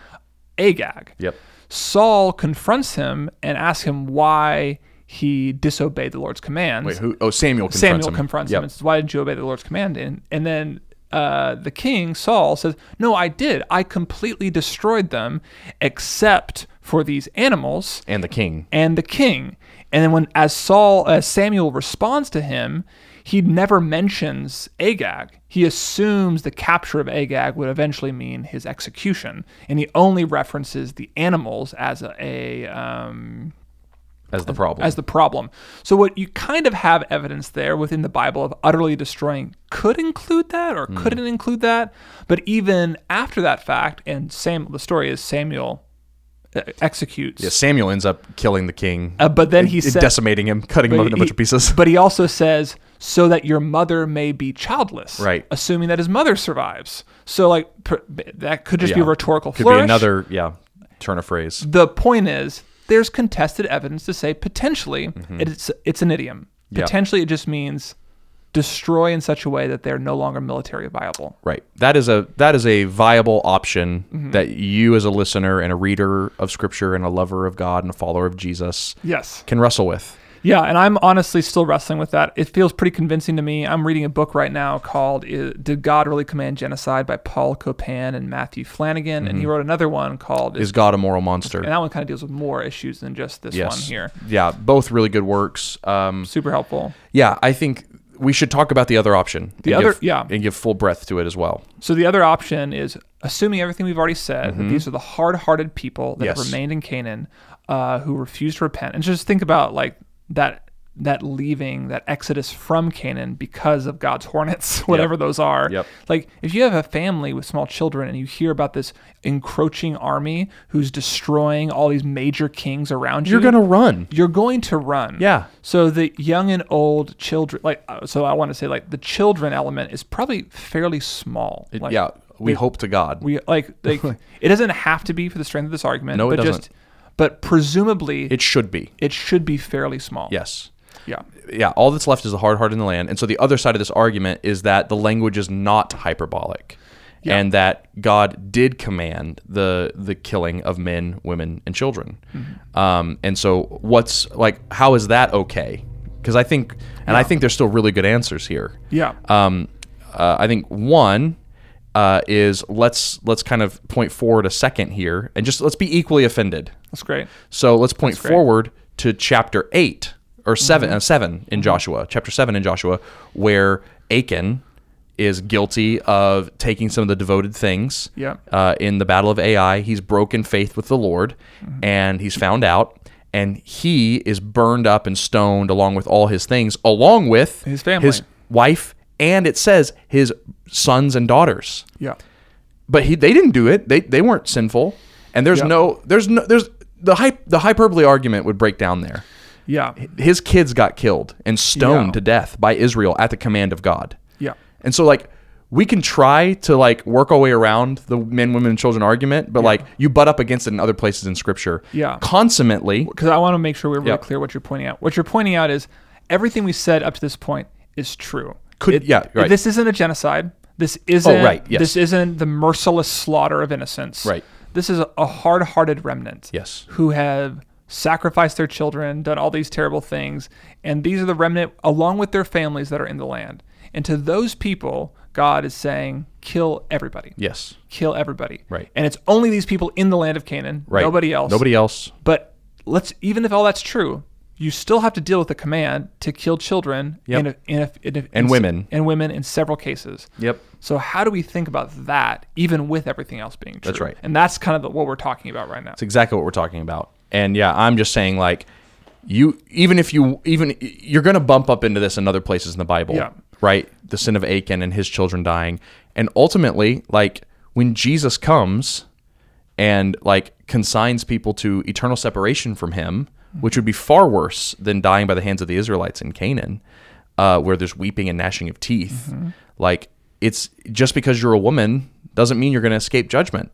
S3: Agag.
S1: Yep.
S3: Saul confronts him and asks him why he disobeyed the Lord's commands.
S1: Wait, who? Oh, Samuel confronts
S3: Samuel
S1: him.
S3: confronts
S1: Yep.
S3: him and says, "Why didn't you obey the Lord's command?" And and then uh, the king Saul says, "No, I did. I completely destroyed them, except for these animals
S1: And the king.
S3: and the king." And then when as Saul as Samuel responds to him, he never mentions Agag. He assumes the capture of Agag would eventually mean his execution, and he only references the animals as a, a um,
S1: as the problem.
S3: as the problem. So what you kind of have evidence there within the Bible of utterly destroying could include that
S1: Hmm.
S3: or couldn't include that, but even after that fact, and Sam, the story is Samuel uh, executes.
S1: yeah, Samuel ends up killing the king,
S3: Uh, but then he says,
S1: decimating him, cutting him up into a bunch of pieces.
S3: but he also says, so that your mother may be childless.
S1: Right.
S3: Assuming that his mother survives. So like per, that could just be
S1: Yeah.
S3: a rhetorical
S1: Could
S3: flourish.
S1: be another yeah turn of phrase.
S3: the point is there's contested evidence to say potentially it's it's an idiom.
S1: Mm-hmm. Yeah.
S3: Potentially it just means destroy in such a way that they're no longer military viable.
S1: Right. That is a that is a viable option
S3: Mm-hmm.
S1: that you as a listener and a reader of scripture and a lover of God and a follower of Jesus
S3: Yes.
S1: can wrestle with.
S3: Yeah, and I'm honestly still wrestling with that. It feels pretty convincing to me. I'm reading a book right now called "I- Did God Really Command Genocide by Paul Copan and Matthew Flanagan, and he wrote another one called
S1: Mm-hmm. Is God a moral monster?
S3: and that one kind of deals with more issues than just this one here.
S1: Yeah, both really good works. Um,
S3: Super helpful.
S1: yeah, I think we should talk about the other option. The
S3: other- yeah.
S1: and give full breadth to it as well.
S3: So the other option is assuming everything we've already said that these are the hard-hearted people
S1: Mm-hmm.
S3: that
S1: Yes.
S3: have remained in Canaan, uh, who refuse to repent, and just think about like that that leaving that exodus from Canaan because of God's hornets, whatever those are.
S1: Yep.
S3: Like if you have a family with small children and you hear about this encroaching army who's destroying all these major kings around you,
S1: You're gonna run.
S3: you're going to run.
S1: Yeah.
S3: So the young and old children, like, uh, so I want to say, like, the children element is probably fairly small. Like,
S1: yeah, we hope to God.
S3: We like, like, it doesn't have to be for the strength of this argument.
S1: No, it
S3: but
S1: doesn't.
S3: Just, but presumably, it,
S1: it should be.
S3: should be fairly small.
S1: Yes.
S3: Yeah.
S1: Yeah, all that's left is the hard heart in the land. And so the other side of this argument is that the language is not hyperbolic. And that God did command the the killing of men, women, and children.
S3: Mm-hmm.
S1: Um, and so what's like how is that okay? Because I think and I think there's still really good answers here.
S3: Yeah.
S1: Um, uh, I think one uh, is let's let's kind of point forward a second here and just let's be equally offended.
S3: That's great.
S1: So let's point forward to chapter eight or 7
S3: Mm-hmm.
S1: uh, seven in Joshua, chapter seven in Joshua, where Achan is guilty of taking some of the devoted things.
S3: Yeah.
S1: Uh, in the battle of Ai, he's broken faith with the Lord,
S3: Mm-hmm.
S1: and he's found out, and he is burned up and stoned along with all his things, along with
S3: His family.
S1: his wife, and it says his sons and daughters
S3: Yeah.
S1: but he they didn't do it. They they weren't sinful. And there's
S3: Yeah.
S1: no there's no there's the hype the hyperbole argument would break down there.
S3: Yeah.
S1: His kids got killed and stoned
S3: Yeah.
S1: to death by Israel at the command of God.
S3: Yeah.
S1: And so like we can try to like work our way around the men, women, and children argument, but like you butt up against it in other places in scripture.
S3: Yeah.
S1: Consummately.
S3: Because I want to make sure we're really
S1: Yeah.
S3: clear what you're pointing out. What you're pointing out is everything we said up to this point is true.
S1: Could- yeah, right. Oh,
S3: This isn't a genocide. This isn't.
S1: right, yes.
S3: This isn't the merciless slaughter of innocents.
S1: Right.
S3: This is a- a hard-hearted remnant.
S1: Yes.
S3: Who have sacrificed their children, done all these terrible things, and these are the remnant along with their families that are in the land. And to those people, God is saying, kill everybody.
S1: Yes.
S3: Kill everybody.
S1: Right.
S3: And it's only these people in the land of Canaan.
S1: Right.
S3: Nobody else.
S1: Nobody else.
S3: But let's even if all that's true, you still have to deal with the command to kill children and if, and, if, and, if,
S1: And women.
S3: and women in several cases.
S1: Yep.
S3: So how do we think about that, even with everything else being true?
S1: That's right.
S3: And that's kind of the, what we're talking about right now.
S1: It's exactly what we're talking about. And yeah, I'm just saying like you even if you even you're going to bump up into this in other places in the Bible,
S3: Yeah.
S1: right? The sin of Achan and his children dying. And ultimately, like when Jesus comes and like consigns people to eternal separation from him, which would be far worse than dying by the hands of the Israelites in Canaan, uh, where there's weeping and gnashing of teeth.
S3: Mm-hmm.
S1: Like it's just because you're a woman doesn't mean you're going to escape judgment.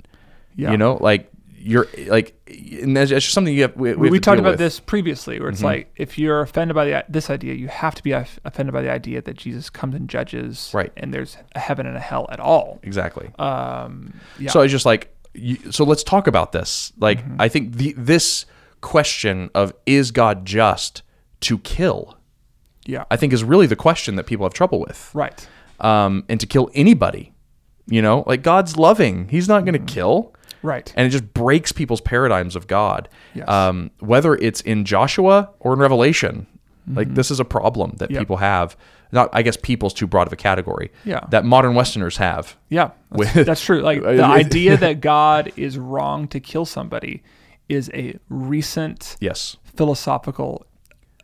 S3: Yeah.
S1: You know, like you're like, and that's that's just something you have. We, we,
S3: we,
S1: have to
S3: talked
S1: deal
S3: about
S1: with. Mm-hmm.
S3: this previously, where it's like if you're offended by the, this idea, you have to be off- offended by the idea that Jesus comes and judges,
S1: Right.
S3: And there's a heaven and a hell at all.
S1: exactly.
S3: Um, yeah.
S1: So I was just like, you, so let's talk about this. Like,
S3: Mm-hmm.
S1: I think the this question of is God just to kill?
S3: yeah,
S1: I think is really the question that people have trouble with.
S3: right.
S1: um, and to kill anybody. You know, like God's loving; He's not
S3: Mm-hmm.
S1: going to kill,
S3: Right.
S1: and it just breaks people's paradigms of God.
S3: Yes.
S1: Um, whether it's in Joshua or in Revelation,
S3: Mm-hmm.
S1: like this is a problem that
S3: Yep.
S1: people have. Not, I guess, people's too broad of a category.
S3: Yeah.
S1: that modern Westerners have.
S3: Yeah, that's,
S1: With-
S3: that's true. Like
S1: It-
S3: the
S1: it-
S3: idea that God is wrong to kill somebody is a recent
S1: Yes,
S3: philosophical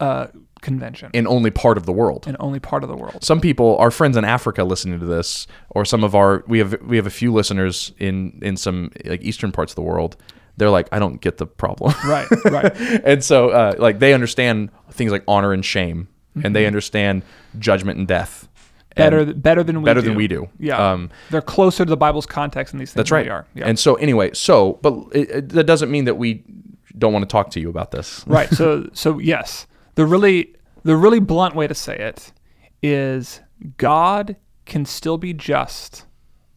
S3: uh, convention
S1: in only part of the world.
S3: in only part of the world.
S1: some people, our friends in Africa, listening to this, or some of our we have we have a few listeners in in some like eastern parts of the world. They're like, I don't get the problem.
S3: Right, right.
S1: and so uh, like they understand things like honor and shame and they understand judgment and death
S3: Mm-hmm. Better,
S1: And
S3: th- better than we
S1: better
S3: do.
S1: than we do
S3: Yeah,
S1: um,
S3: they're closer to the Bible's context in these things.
S1: that's
S3: than
S1: right
S3: We are. Yeah.
S1: and so anyway so but it, it, that doesn't mean that we don't want to talk to you about this
S3: right. So, so yes, the really, the really blunt way to say it is God can still be just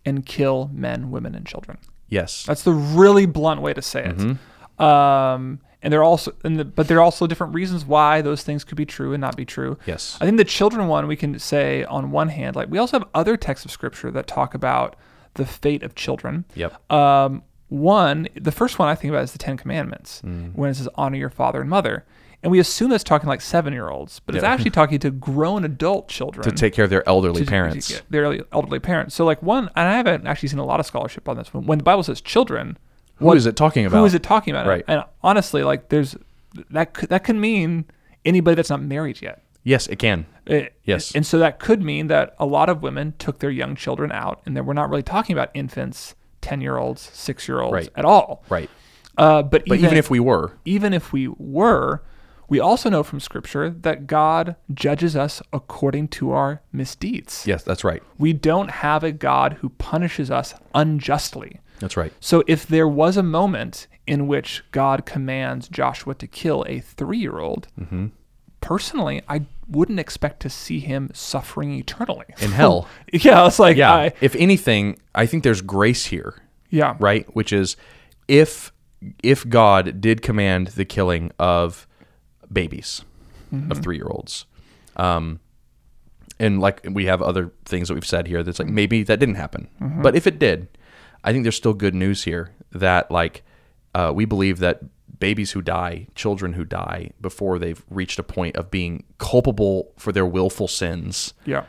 S3: and kill men, women, and children.
S1: yes
S3: That's the really blunt way to say it.
S1: Mm-hmm.
S3: Um, and they're also, and the, but there are also different reasons why those things could be true and not be true.
S1: Yes.
S3: I think the children one we can say on one hand, like we also have other texts of scripture that talk about the fate of children.
S1: yep
S3: Um, one, the first one I think about is the Ten Commandments,
S1: Mm.
S3: when it says honor your father and mother, and we assume that's talking like seven year olds, but it's actually talking to grown adult children
S1: to take care of their elderly
S3: to-
S1: parents
S3: to- their elderly- elderly parents. So like one, and I haven't actually seen a lot of scholarship on this. When, when the Bible says children,
S1: Who is it talking about
S3: who is it talking about?
S1: Right.
S3: And honestly, like there's that could, that can mean anybody that's not married yet.
S1: yes it can
S3: It-
S1: Yes.
S3: And so that could mean that a lot of women took their young children out, and then we're not really talking about infants, ten year olds, six year olds
S1: Right.
S3: at all.
S1: right
S3: Uh, but,
S1: but even if we were
S3: even if we were, we also know from Scripture that God judges us according to our misdeeds.
S1: yes that's right
S3: We don't have a God who punishes us unjustly.
S1: that's right
S3: So if there was a moment in which God commands Joshua to kill a three year old,
S1: Mm-hmm.
S3: personally, I wouldn't expect to see him suffering eternally.
S1: in hell
S3: yeah, it's like,
S1: yeah
S3: I,
S1: if anything i think there's grace here
S3: yeah,
S1: right which is if if god did command the killing of babies of three-year-olds um and like we have other things that we've said here that's like maybe that didn't happen but if it did i think there's still good news here that like uh, we believe that babies who die children who die before they've reached a point of being culpable for their willful sins
S3: yeah,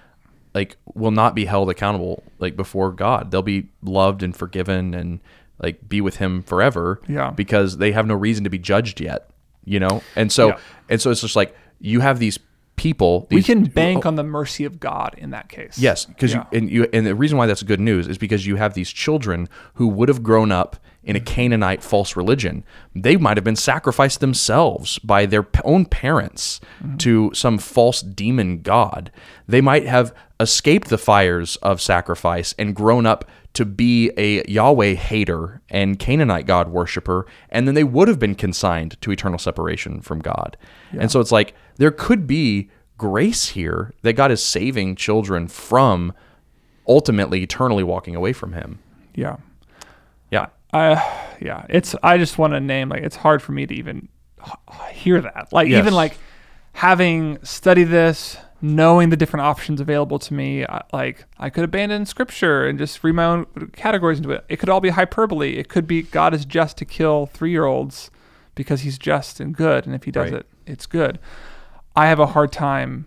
S1: like will not be held accountable like before God. They'll be loved and forgiven and like be with him forever
S3: Yeah.
S1: because they have no reason to be judged yet, you know? And so
S3: Yeah.
S1: and so it's just like you have these people
S3: We
S1: these-
S3: can bank on the mercy of God in that case.
S1: oh. Yes, because
S3: Yeah.
S1: you and you and the reason why that's good news is because you have these children who would have grown up in a Canaanite false religion, they might have been sacrificed themselves by their p- own parents to some false demon god. They might have escaped the fires of sacrifice and grown up to be a Yahweh hater and Canaanite god worshiper, and then they would have been consigned to eternal separation from God. And so it's like there could be grace here that God is saving children from ultimately eternally walking away from Him.
S3: Yeah.
S1: Yeah.
S3: I yeah, it's I just want to name like it's hard for me to even h- hear that. Like
S1: Yes.
S3: even like having studied this, knowing the different options available to me, I, like I could abandon scripture and just read my own categories into it. It could all be hyperbole. It could be God is just to kill 3-year-olds because he's just and good and if he does
S1: Right.
S3: it, it's good. I have a hard time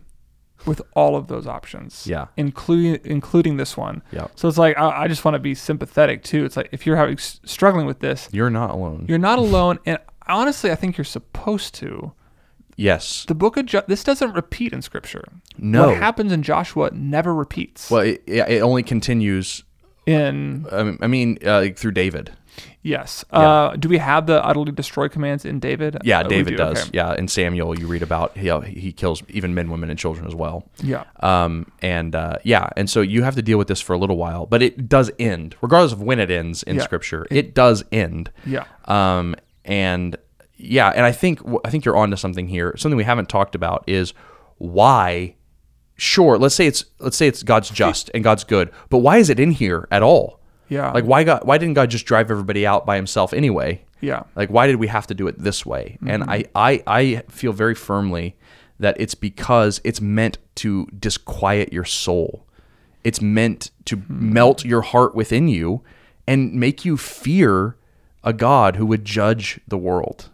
S3: with all of those options.
S1: Yeah.
S3: Including including this one.
S1: Yeah.
S3: So it's like I, I just want to be sympathetic too. It's like if you're having s- struggling with this,
S1: You're not alone.
S3: you're not alone, and honestly, I think you're supposed to.
S1: yes.
S3: The book of jo- this doesn't repeat in scripture.
S1: No.
S3: what happens in Joshua never repeats.
S1: well, it, it it only continues.
S3: in
S1: um, I mean, uh, like through David.
S3: yes, uh, do we have the utterly destroy commands in David?
S1: Yeah,
S3: Uh, we
S1: David
S3: do,
S1: does.
S3: okay.
S1: Yeah, and Samuel, you read about he he kills even men, women, and children as well.
S3: Yeah.
S1: Um, and uh, yeah, and so you have to deal with this for a little while, but it does end, regardless of when it ends in
S3: Yeah.
S1: Scripture. It does end.
S3: Yeah.
S1: Um, and yeah, and I think I think you're onto something here. Something we haven't talked about is why. Sure, let's say it's let's say it's God's just and God's good, but why is it in here at all?
S3: Yeah.
S1: Like why God? Why didn't God just drive everybody out by Himself anyway?
S3: Yeah.
S1: Like, why did we have to do it this way? And I, I, I feel very firmly that it's because it's meant to disquiet your soul. It's meant to melt your heart within you and make you fear a God who would judge the world.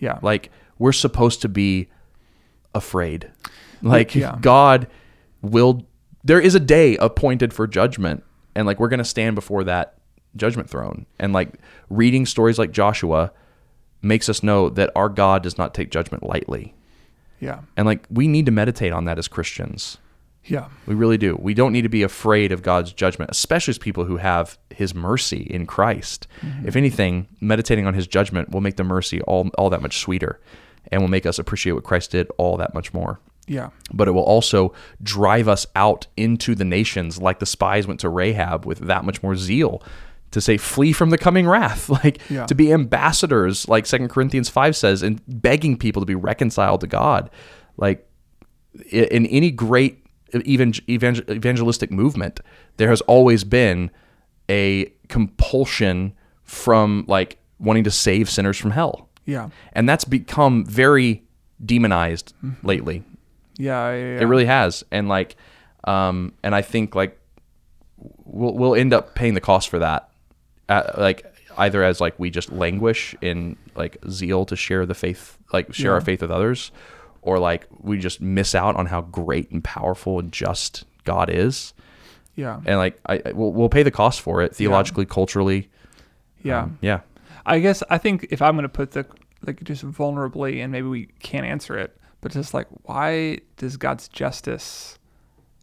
S3: Yeah.
S1: Like, we're supposed to be afraid. Like,
S3: Yeah.
S1: God will, there is a day appointed for judgment. And like, we're going to stand before that judgment throne. And like, reading stories like Joshua makes us know that our God does not take judgment lightly.
S3: yeah.
S1: And like, we need to meditate on that as Christians.
S3: Yeah.
S1: We really do. We don't need to be afraid of God's judgment, especially as people who have his mercy in Christ. If anything, meditating on his judgment will make the mercy all, all that much sweeter and will make us appreciate what Christ did all that much more.
S3: Yeah.
S1: But it will also drive us out into the nations like the spies went to Rahab with that much more zeal to say flee from the coming wrath like
S3: Yeah.
S1: to be ambassadors like 2 Corinthians 5 says and begging people to be reconciled to God like i- in any great even evangel- evangelistic movement, there has always been a compulsion from like wanting to save sinners from hell.
S3: Yeah.
S1: And that's become very demonized
S3: Mm-hmm.
S1: lately.
S3: Yeah. Yeah. yeah.
S1: It really has. And like um and I think like we'll we'll end up paying the cost for that. Uh, like either as like we just languish in like zeal to share the faith, like share our faith with others, or like we just miss out on how great and powerful and just God is.
S3: yeah.
S1: And like I, I- we'll we'll pay the cost for it theologically, culturally.
S3: Yeah.
S1: Yeah.
S3: I guess I think if I'm going to put the like just vulnerably, and maybe we can't answer it, but just like why does God's justice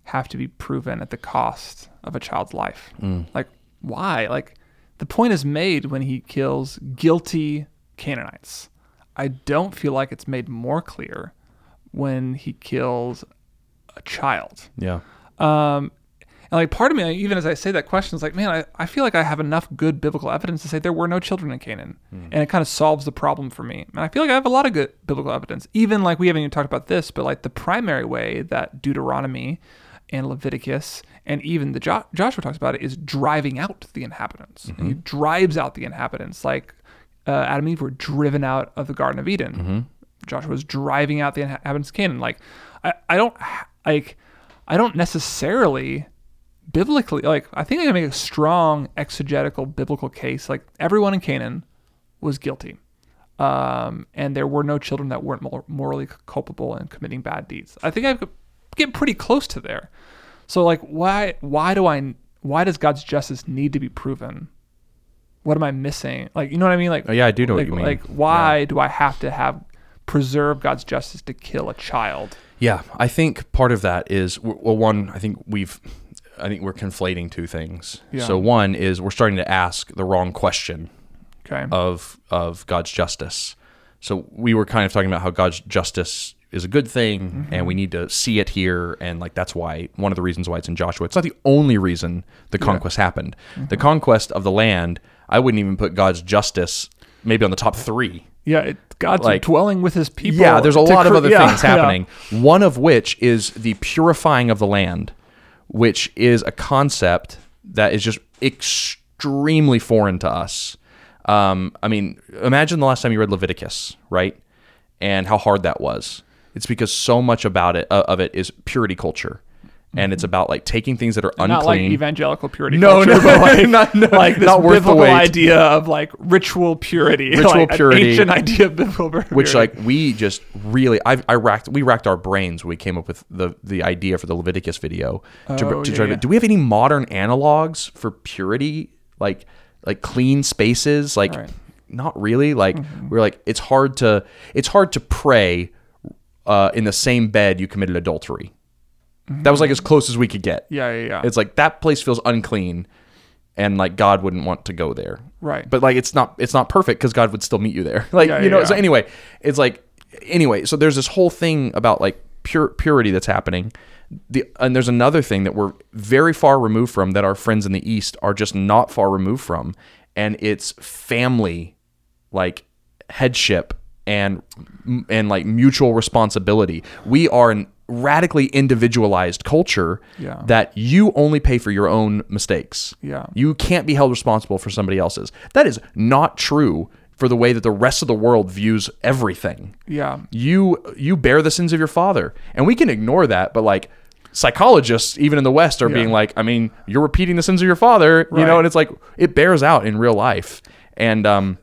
S3: have to be proven at the cost of a child's life? Like why? Like the point is made when he kills guilty Canaanites. I don't feel like it's made more clear when he kills a child.
S1: Yeah.
S3: Um, and like part of me, even as I say that question, is like, man, I, I feel like I have enough good biblical evidence to say there were no children in Canaan. And it kind of solves the problem for me. And I feel like I have a lot of good biblical evidence. Even like we haven't even talked about this, but like the primary way that Deuteronomy and Leviticus and even the jo- Joshua talks about it is driving out the inhabitants. He drives out the inhabitants. Like uh, Adam and Eve were driven out of the Garden of Eden. Joshua's driving out the inhabitants of Canaan. Like, I, I don't ha- like, I don't necessarily biblically like. I think I can make a strong exegetical biblical case. Like everyone in Canaan was guilty, um, and there were no children that weren't mor- morally culpable in committing bad deeds. I think I could get pretty close to there. So like, why why do I why does God's justice need to be proven? What am I missing? Like, you know what I mean? Like,
S1: Oh, yeah, I do know what
S3: like,
S1: you mean.
S3: Like, why do I have to have preserve God's justice to kill a child?
S1: Yeah, I think part of that is well, one, I think we've, I think we're conflating two things.
S3: Yeah.
S1: So one is we're starting to ask the wrong question
S3: Okay.
S1: of of God's justice. So we were kind of talking about how God's justice is a good thing and we need to see it here and like that's why one of the reasons why it's in Joshua. It's not the only reason the conquest happened. The conquest of the land, I wouldn't even put God's justice maybe on the top 3.
S3: yeah, it, God's
S1: Like-
S3: dwelling with His people.
S1: Yeah, there's a
S3: to
S1: lot of
S3: cre-
S1: other
S3: yeah,
S1: things
S3: yeah.
S1: happening. One of which is the purifying of the land, which is a concept that is just extremely foreign to us. Um, I mean, imagine the last time you read Leviticus, right? And how hard that was. It's because so much about it uh, of it is purity culture, and it's about like taking things that are unclean.
S3: Mm-hmm. Not like evangelical purity.
S1: No,
S3: culture,
S1: no,
S3: but like,
S1: not- no,
S3: like this
S1: not worth the
S3: biblical
S1: wait.
S3: idea of like ritual purity,
S1: Ritual
S3: like an
S1: purity.
S3: ancient idea of biblical purity,
S1: which like we just really I, I racked we racked our brains when we came up with the the idea for the Leviticus video to,
S3: Oh,
S1: to
S3: yeah,
S1: try to
S3: yeah.
S1: do we have any modern analogs for purity like like clean spaces like
S3: Right. Mm-hmm.
S1: not really like we're like it's hard to it's hard to pray uh, in the same bed you committed adultery that was like as close as we could get
S3: Mm-hmm. yeah, yeah, yeah.
S1: it's like that place feels unclean and like God wouldn't want to go there.
S3: Right.
S1: But like it's not it's not perfect cuz God would still meet you there. Like
S3: Yeah,
S1: you know
S3: yeah,
S1: so
S3: yeah.
S1: anyway, it's like anyway, so there's this whole thing about like pure purity that's happening. The and there's another thing that we're very far removed from that our friends in the east are just not far removed from and it's family like headship and and like mutual responsibility. We are an radically individualized culture
S3: Yeah.
S1: that you only pay for your own mistakes.
S3: Yeah.
S1: You can't be held responsible for somebody else's. That is not true for the way that the rest of the world views everything.
S3: yeah.
S1: You you bear the sins of your father. And we can ignore that, but like psychologists even in the west are being like, I mean, you're repeating the sins of your father, you
S3: Right.
S1: know, and it's like it bears out in real life. And um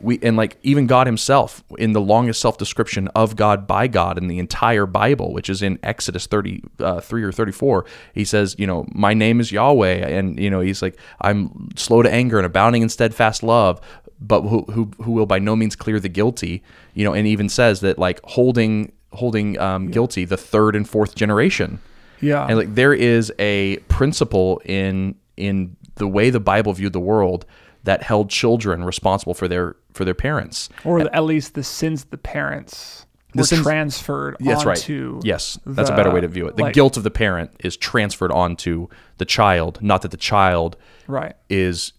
S1: we and like even God himself in the longest self description of God by God in the entire Bible, which is in Exodus 33 uh, three or 34, he says, you know, my name is Yahweh. And, you know, he's like, I'm slow to anger and abounding in steadfast love, but who, who, who will by no means clear the guilty, you know, and even says that like holding, holding um, guilty the third and fourth generation.
S3: Yeah.
S1: And like there is a principle in in the way the Bible viewed the world that held children responsible for their for their parents.
S3: or at least the sins of the parents were
S1: sins-
S3: transferred
S1: That's right.
S3: onto
S1: Yes, that's a better
S3: the-
S1: way to view it. The
S3: like-
S1: guilt of the parent is transferred onto the child, not that the child
S3: right
S1: is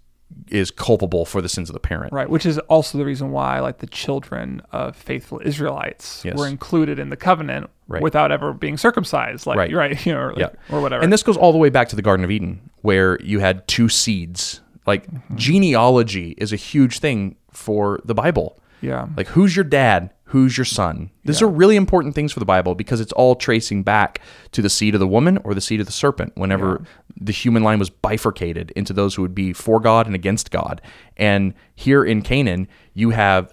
S1: is culpable for the sins of the parent.
S3: right which is also the reason why like the children of faithful israelites
S1: Yes.
S3: were included in the covenant
S1: Right.
S3: without ever being circumcised like
S1: Right.
S3: right, you know or, like- or whatever
S1: And this goes all the way back to the Garden of Eden, where you had two seeds. Like
S3: Mm-hmm.
S1: genealogy is a huge thing for the Bible.
S3: yeah
S1: Like who's your dad? Who's your son? These are really important things for the Bible because it's all tracing back to the seed of the woman or the seed of the serpent whenever the human line was bifurcated into those who would be for God and against God. And here in Canaan, you have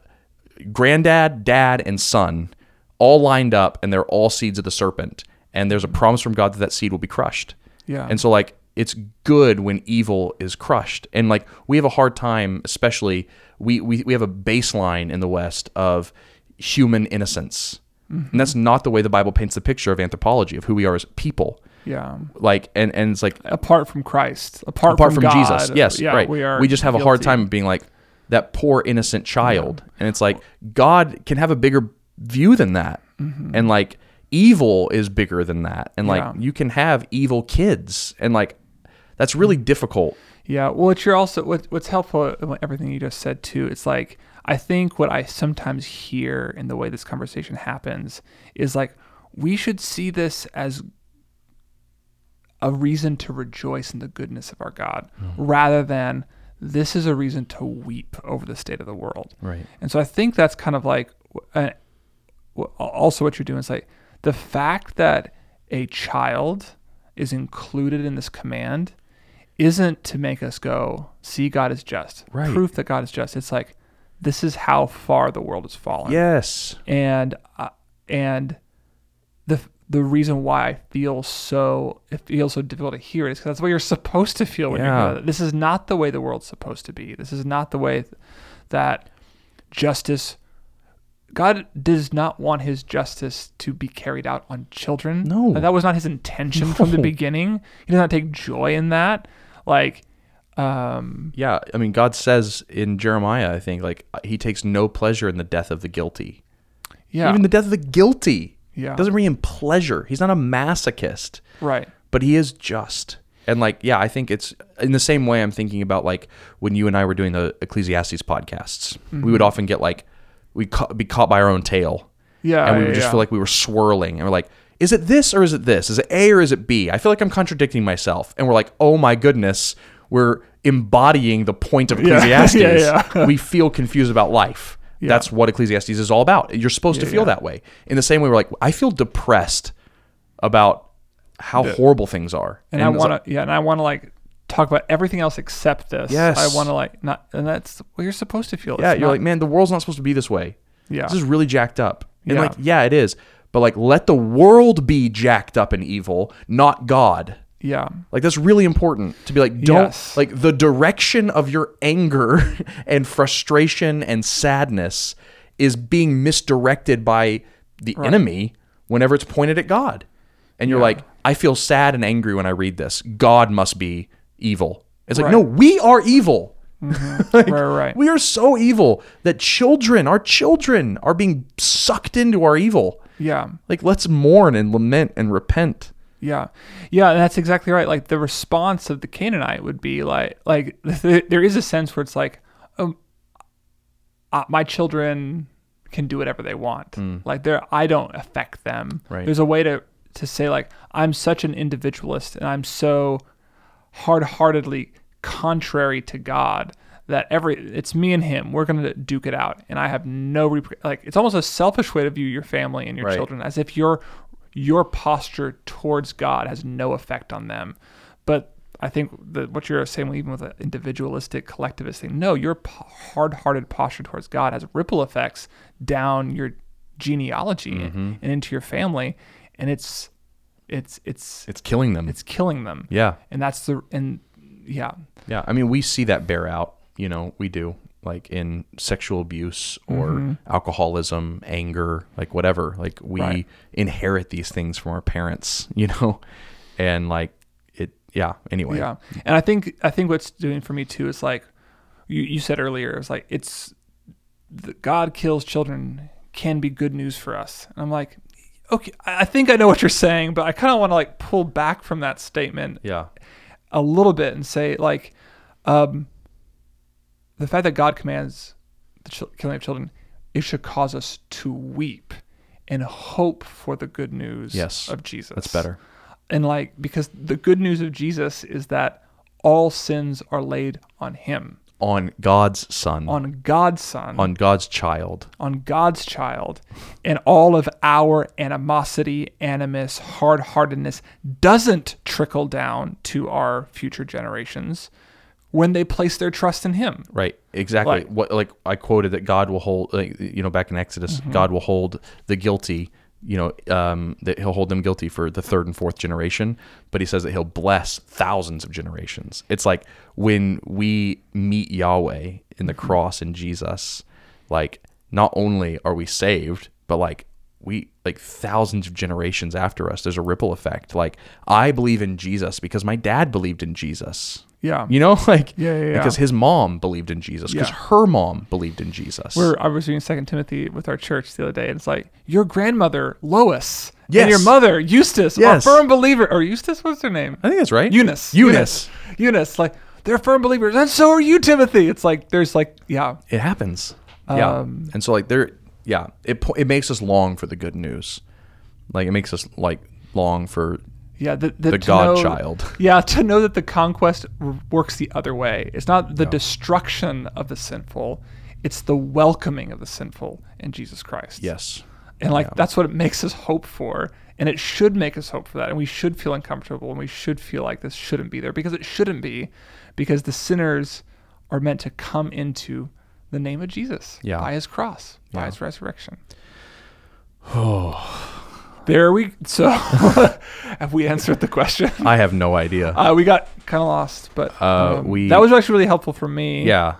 S1: granddad, dad, and son all lined up and they're all seeds of the serpent. And there's a promise from God that that seed will be crushed.
S3: Yeah.
S1: And so like it's good when evil is crushed. And like we have a hard time, especially we we, we have a baseline in the West of human innocence. And that's not the way the Bible paints the picture of anthropology, of who we are as people.
S3: yeah
S1: Like and, and it's like
S3: apart from christ apart,
S1: apart from,
S3: God,
S1: Jesus. Yes,
S3: yeah,
S1: right.
S3: we are
S1: just have a hard
S3: guilty.
S1: time being like that poor innocent child, and it's like God can have a bigger view than that, and like evil is bigger than that, and like
S3: Mm-hmm. Yeah.
S1: you can have evil kids, and like that's really
S3: Mm.
S1: difficult.
S3: Yeah. Well, what you're also what, what's helpful in everything you just said too. It's like I think what I sometimes hear in the way this conversation happens is like we should see this as a reason to rejoice in the goodness of our God rather than this is a reason to weep over the state of the world.
S1: Right.
S3: And so I think that's kind of like uh, w- also what you're doing is like the fact that a child is included in this command isn't to make us go see God is just
S1: Right.
S3: proof that God is just. It's like this is how far the world has fallen.
S1: Yes.
S3: And uh, and the the reason why I feel so it feels so difficult to hear it is because that's what you're supposed to feel when
S1: Yeah.
S3: you're hearing it. this is not the way the world's supposed to be. This is not the way th- that justice. God does not want His justice to be carried out on children.
S1: No.
S3: that was not His intention from the
S1: No.
S3: beginning. He does not take joy in that. Like, Um,
S1: Yeah, I mean, God says in Jeremiah, I think, like uh, He takes no pleasure in the death of the guilty.
S3: yeah,
S1: Even the death of the guilty.
S3: Yeah.
S1: Doesn't bring him pleasure. He's not a masochist,
S3: right.
S1: but he is just. And like, yeah, I think it's in the same way I'm thinking about like when you and I were doing the Ecclesiastes podcasts, we
S3: Mm-hmm.
S1: would often get like we would be caught by our own tail.
S3: Yeah,
S1: and we
S3: yeah,
S1: would just
S3: yeah.
S1: feel like we were swirling, and we're like, is it this or is it this? Is it A or is it B? I feel like I'm contradicting myself, and we're like, oh my goodness, we're embodying the point of Ecclesiastes.
S3: Yeah,
S1: we feel confused about life. That's what Ecclesiastes is all about. You're supposed to feel that way. In the same way, we're like, I feel depressed about how horrible things are,
S3: And, I
S1: it's
S3: want to, yeah, and I want to like talk about everything else except this.
S1: Yes.
S3: I want to like not, and that's what you're supposed to feel.
S1: Yeah,
S3: It's
S1: you're
S3: not-
S1: like, man, the world's not supposed to be this way.
S3: Yeah.
S1: This is really jacked up. And
S3: Yeah.
S1: like, yeah, it is. But like, let the world be jacked up and evil, not God.
S3: yeah,
S1: Like that's really important to be like, don't
S3: Yes.
S1: like the direction of your anger and frustration and sadness is being misdirected by the enemy whenever it's pointed at God. And you're like, I feel sad and angry when I read this. God must be evil. It's like, no, we are evil.
S3: right, right.
S1: We are so evil that children, our children, are being sucked into our evil.
S3: yeah.
S1: Like, let's mourn and lament and repent.
S3: Yeah, yeah, and that's exactly right. Like the response of the Canaanite would be like, like th- there is a sense where it's like, um, uh, my children can do whatever they want. Like they're, I don't affect them.
S1: Mm. Right.
S3: There's a way to to say like, I'm such an individualist, and I'm so hard-heartedly contrary to God that every it's me and him. We're gonna duke it out, and I have no rep- like. It's almost a selfish way to view your family and your
S1: Right.
S3: children as if your your posture towards God has no effect on them. But I think that what you're saying, even with an individualistic collectivist thing, no, your p- hard-hearted posture towards God has ripple effects down your genealogy and into your family, and it's it's it's
S1: It's killing them.
S3: it's killing them
S1: yeah.
S3: and that's the and yeah
S1: Yeah. I mean, we see that bear out, you know, we do, like in sexual abuse or alcoholism, anger, like whatever. Like, we
S3: Right.
S1: inherit these things from our parents, you know? And like, it, yeah. Anyway.
S3: yeah and i think i think what's doing for me too is like you, you said earlier it's like it's the god kills children can be good news for us and i'm like okay i I think i know what you're saying but i kind of want to like pull back from that statement
S1: Yeah.
S3: a little bit and say like um the fact that god commands the chil- killing of children it should cause us to weep and hope for the good news
S1: Yes.
S3: of jesus
S1: That's better.
S3: and like because the good news of Jesus is that all sins are laid on him,
S1: On God's son, on,
S3: on God's son,
S1: God's child.
S3: on God's child, and all of our animosity, animus, hard-heartedness doesn't trickle down to our future generations when they place their trust in him.
S1: Right, exactly.
S3: Like-
S1: what like I quoted that God will hold, like, you know, back in Exodus, God will hold the guilty. You know, um, that He'll hold them guilty for the third and fourth generation, but He says that He'll bless thousands of generations. It's like when we meet Yahweh in the cross in Jesus, like not only are we saved, but like we like thousands of generations after us, there's a ripple effect. Like I believe in Jesus because my dad believed in Jesus.
S3: Yeah.
S1: You know, like
S3: Yeah, yeah, yeah.
S1: because his mom believed in Jesus, because
S3: Yeah.
S1: her mom believed in Jesus.
S3: We're, I was reading Second Timothy with our church the other day, and it's like your grandmother Lois
S1: Yes.
S3: and your mother Eustace
S1: Yes.
S3: are firm believer. Or Eustace, what's her name?
S1: I think that's right.
S3: Eunice.
S1: Eunice.
S3: Eunice. Eunice, Like they're firm believers, and so are you, Timothy. It's like there's like yeah,
S1: It happens. Yeah.
S3: Um,
S1: And so like there, yeah, it po- it makes us long for the good news. Like it makes us like long for
S3: yeah. The, the,
S1: The
S3: to know-
S1: godchild.
S3: yeah, to know that the conquest r- works the other way. It's not the destruction of the sinful. It's the welcoming of the sinful in Jesus Christ.
S1: yes,
S3: And like that's what it makes us hope for. And it should make us hope for that. And we should feel uncomfortable and we should feel like this shouldn't be there because it shouldn't be. Because the sinners are meant to come into the name of Jesus
S1: Yeah.
S3: by his cross, by his resurrection. Oh. There we so have we answered the question?
S1: I have no idea.
S3: Uh, we got kind of lost, but um,
S1: Uh, we-
S3: that was actually really helpful for me.
S1: yeah,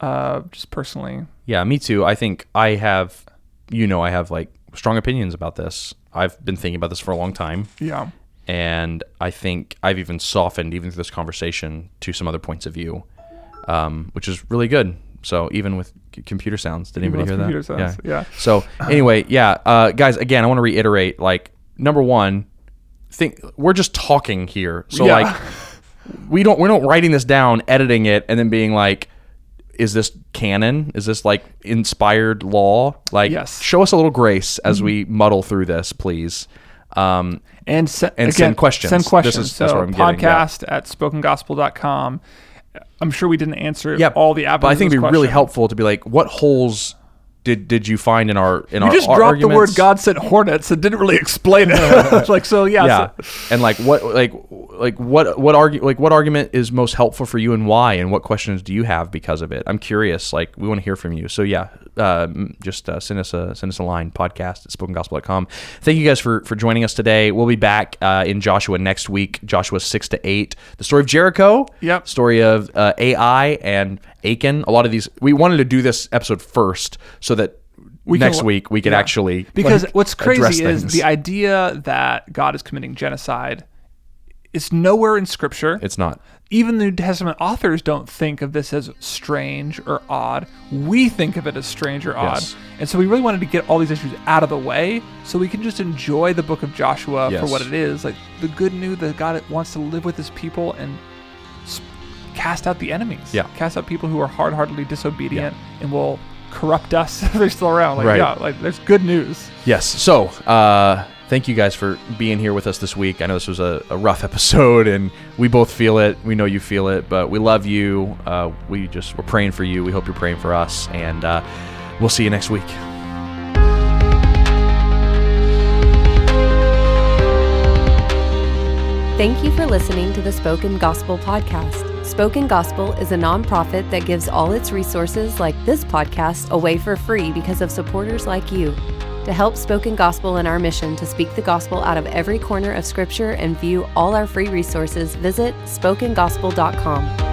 S3: uh, just personally.
S1: yeah, me too. I think I have, you know, I have like strong opinions about this. I've been thinking about this for a long time,
S3: Yeah,
S1: and I think I've even softened even through this conversation to some other points of view, um, which is really good. So even with c- computer sounds, did anybody
S3: with
S1: hear that?
S3: computer sounds, yeah.
S1: So anyway, yeah, uh, guys. Again, I want to reiterate. Like number one, think we're just talking here. So
S3: Yeah.
S1: like we don't we're not writing this down, editing it, and then being like. Is this canon? Is this like inspired law? Like,
S3: Yes. Mm-hmm.
S1: show us a little grace as we muddle through this, please. Um,
S3: and, se-
S1: And send questions.
S3: Send
S1: This
S3: questions.
S1: is-
S3: so
S1: that's what I'm getting, yeah.
S3: podcast at spokengospel.com. I'm sure we didn't answer
S1: yeah,
S3: all the
S1: But I think it'd be
S3: Abbasid's
S1: really
S3: questions.
S1: helpful to be like, what holes did did you find in our in our
S3: You just
S1: ar-
S3: dropped the word
S1: arguments?
S3: God sent hornets and didn't really explain it. like so, yeah.
S1: Yeah,
S3: so-
S1: and like what like like what what argue like what argument is most helpful for you and why and what questions do you have because of it? I'm curious. Like we want to hear from you. So yeah, um, just uh, send us a send us a line podcast at spokengospel.com. Thank you guys for for joining us today. We'll be back uh, in Joshua next week. Joshua six to eight, the story of Jericho.
S3: Yep.
S1: story of uh, AI and Achan. A lot of these, we wanted to do this episode first so that
S3: We can
S1: next
S3: l-
S1: week we could
S3: yeah.
S1: actually
S3: because
S1: like,
S3: what's
S1: address
S3: crazy is
S1: things.
S3: the idea that God is committing genocide is nowhere in Scripture.
S1: it's not.
S3: Even the New Testament authors don't think of this as strange or odd. We think of it as strange or odd,
S1: Yes.
S3: and so we really wanted to get all these issues out of the way so we can just enjoy the Book of Joshua for
S1: Yes.
S3: what it is, like the good news that God wants to live with His people and s- cast out the enemies.
S1: Yeah.
S3: cast out people who are hard-heartedly disobedient and will corrupt us if they're still around. Like,
S1: Right.
S3: yeah, like there's good news.
S1: Yes. So, uh, thank you guys for being here with us this week. I know this was a, a rough episode, and we both feel it. We know you feel it, but we love you. Uh, we just we're praying for you. We hope you're praying for us, and uh, we'll see you next week.
S2: Thank you for listening to the Spoken Gospel Podcast. Spoken Gospel is a nonprofit that gives all its resources, like this podcast, away for free because of supporters like you. To help Spoken Gospel in our mission to speak the gospel out of every corner of Scripture and view all our free resources, visit SpokenGospel.com.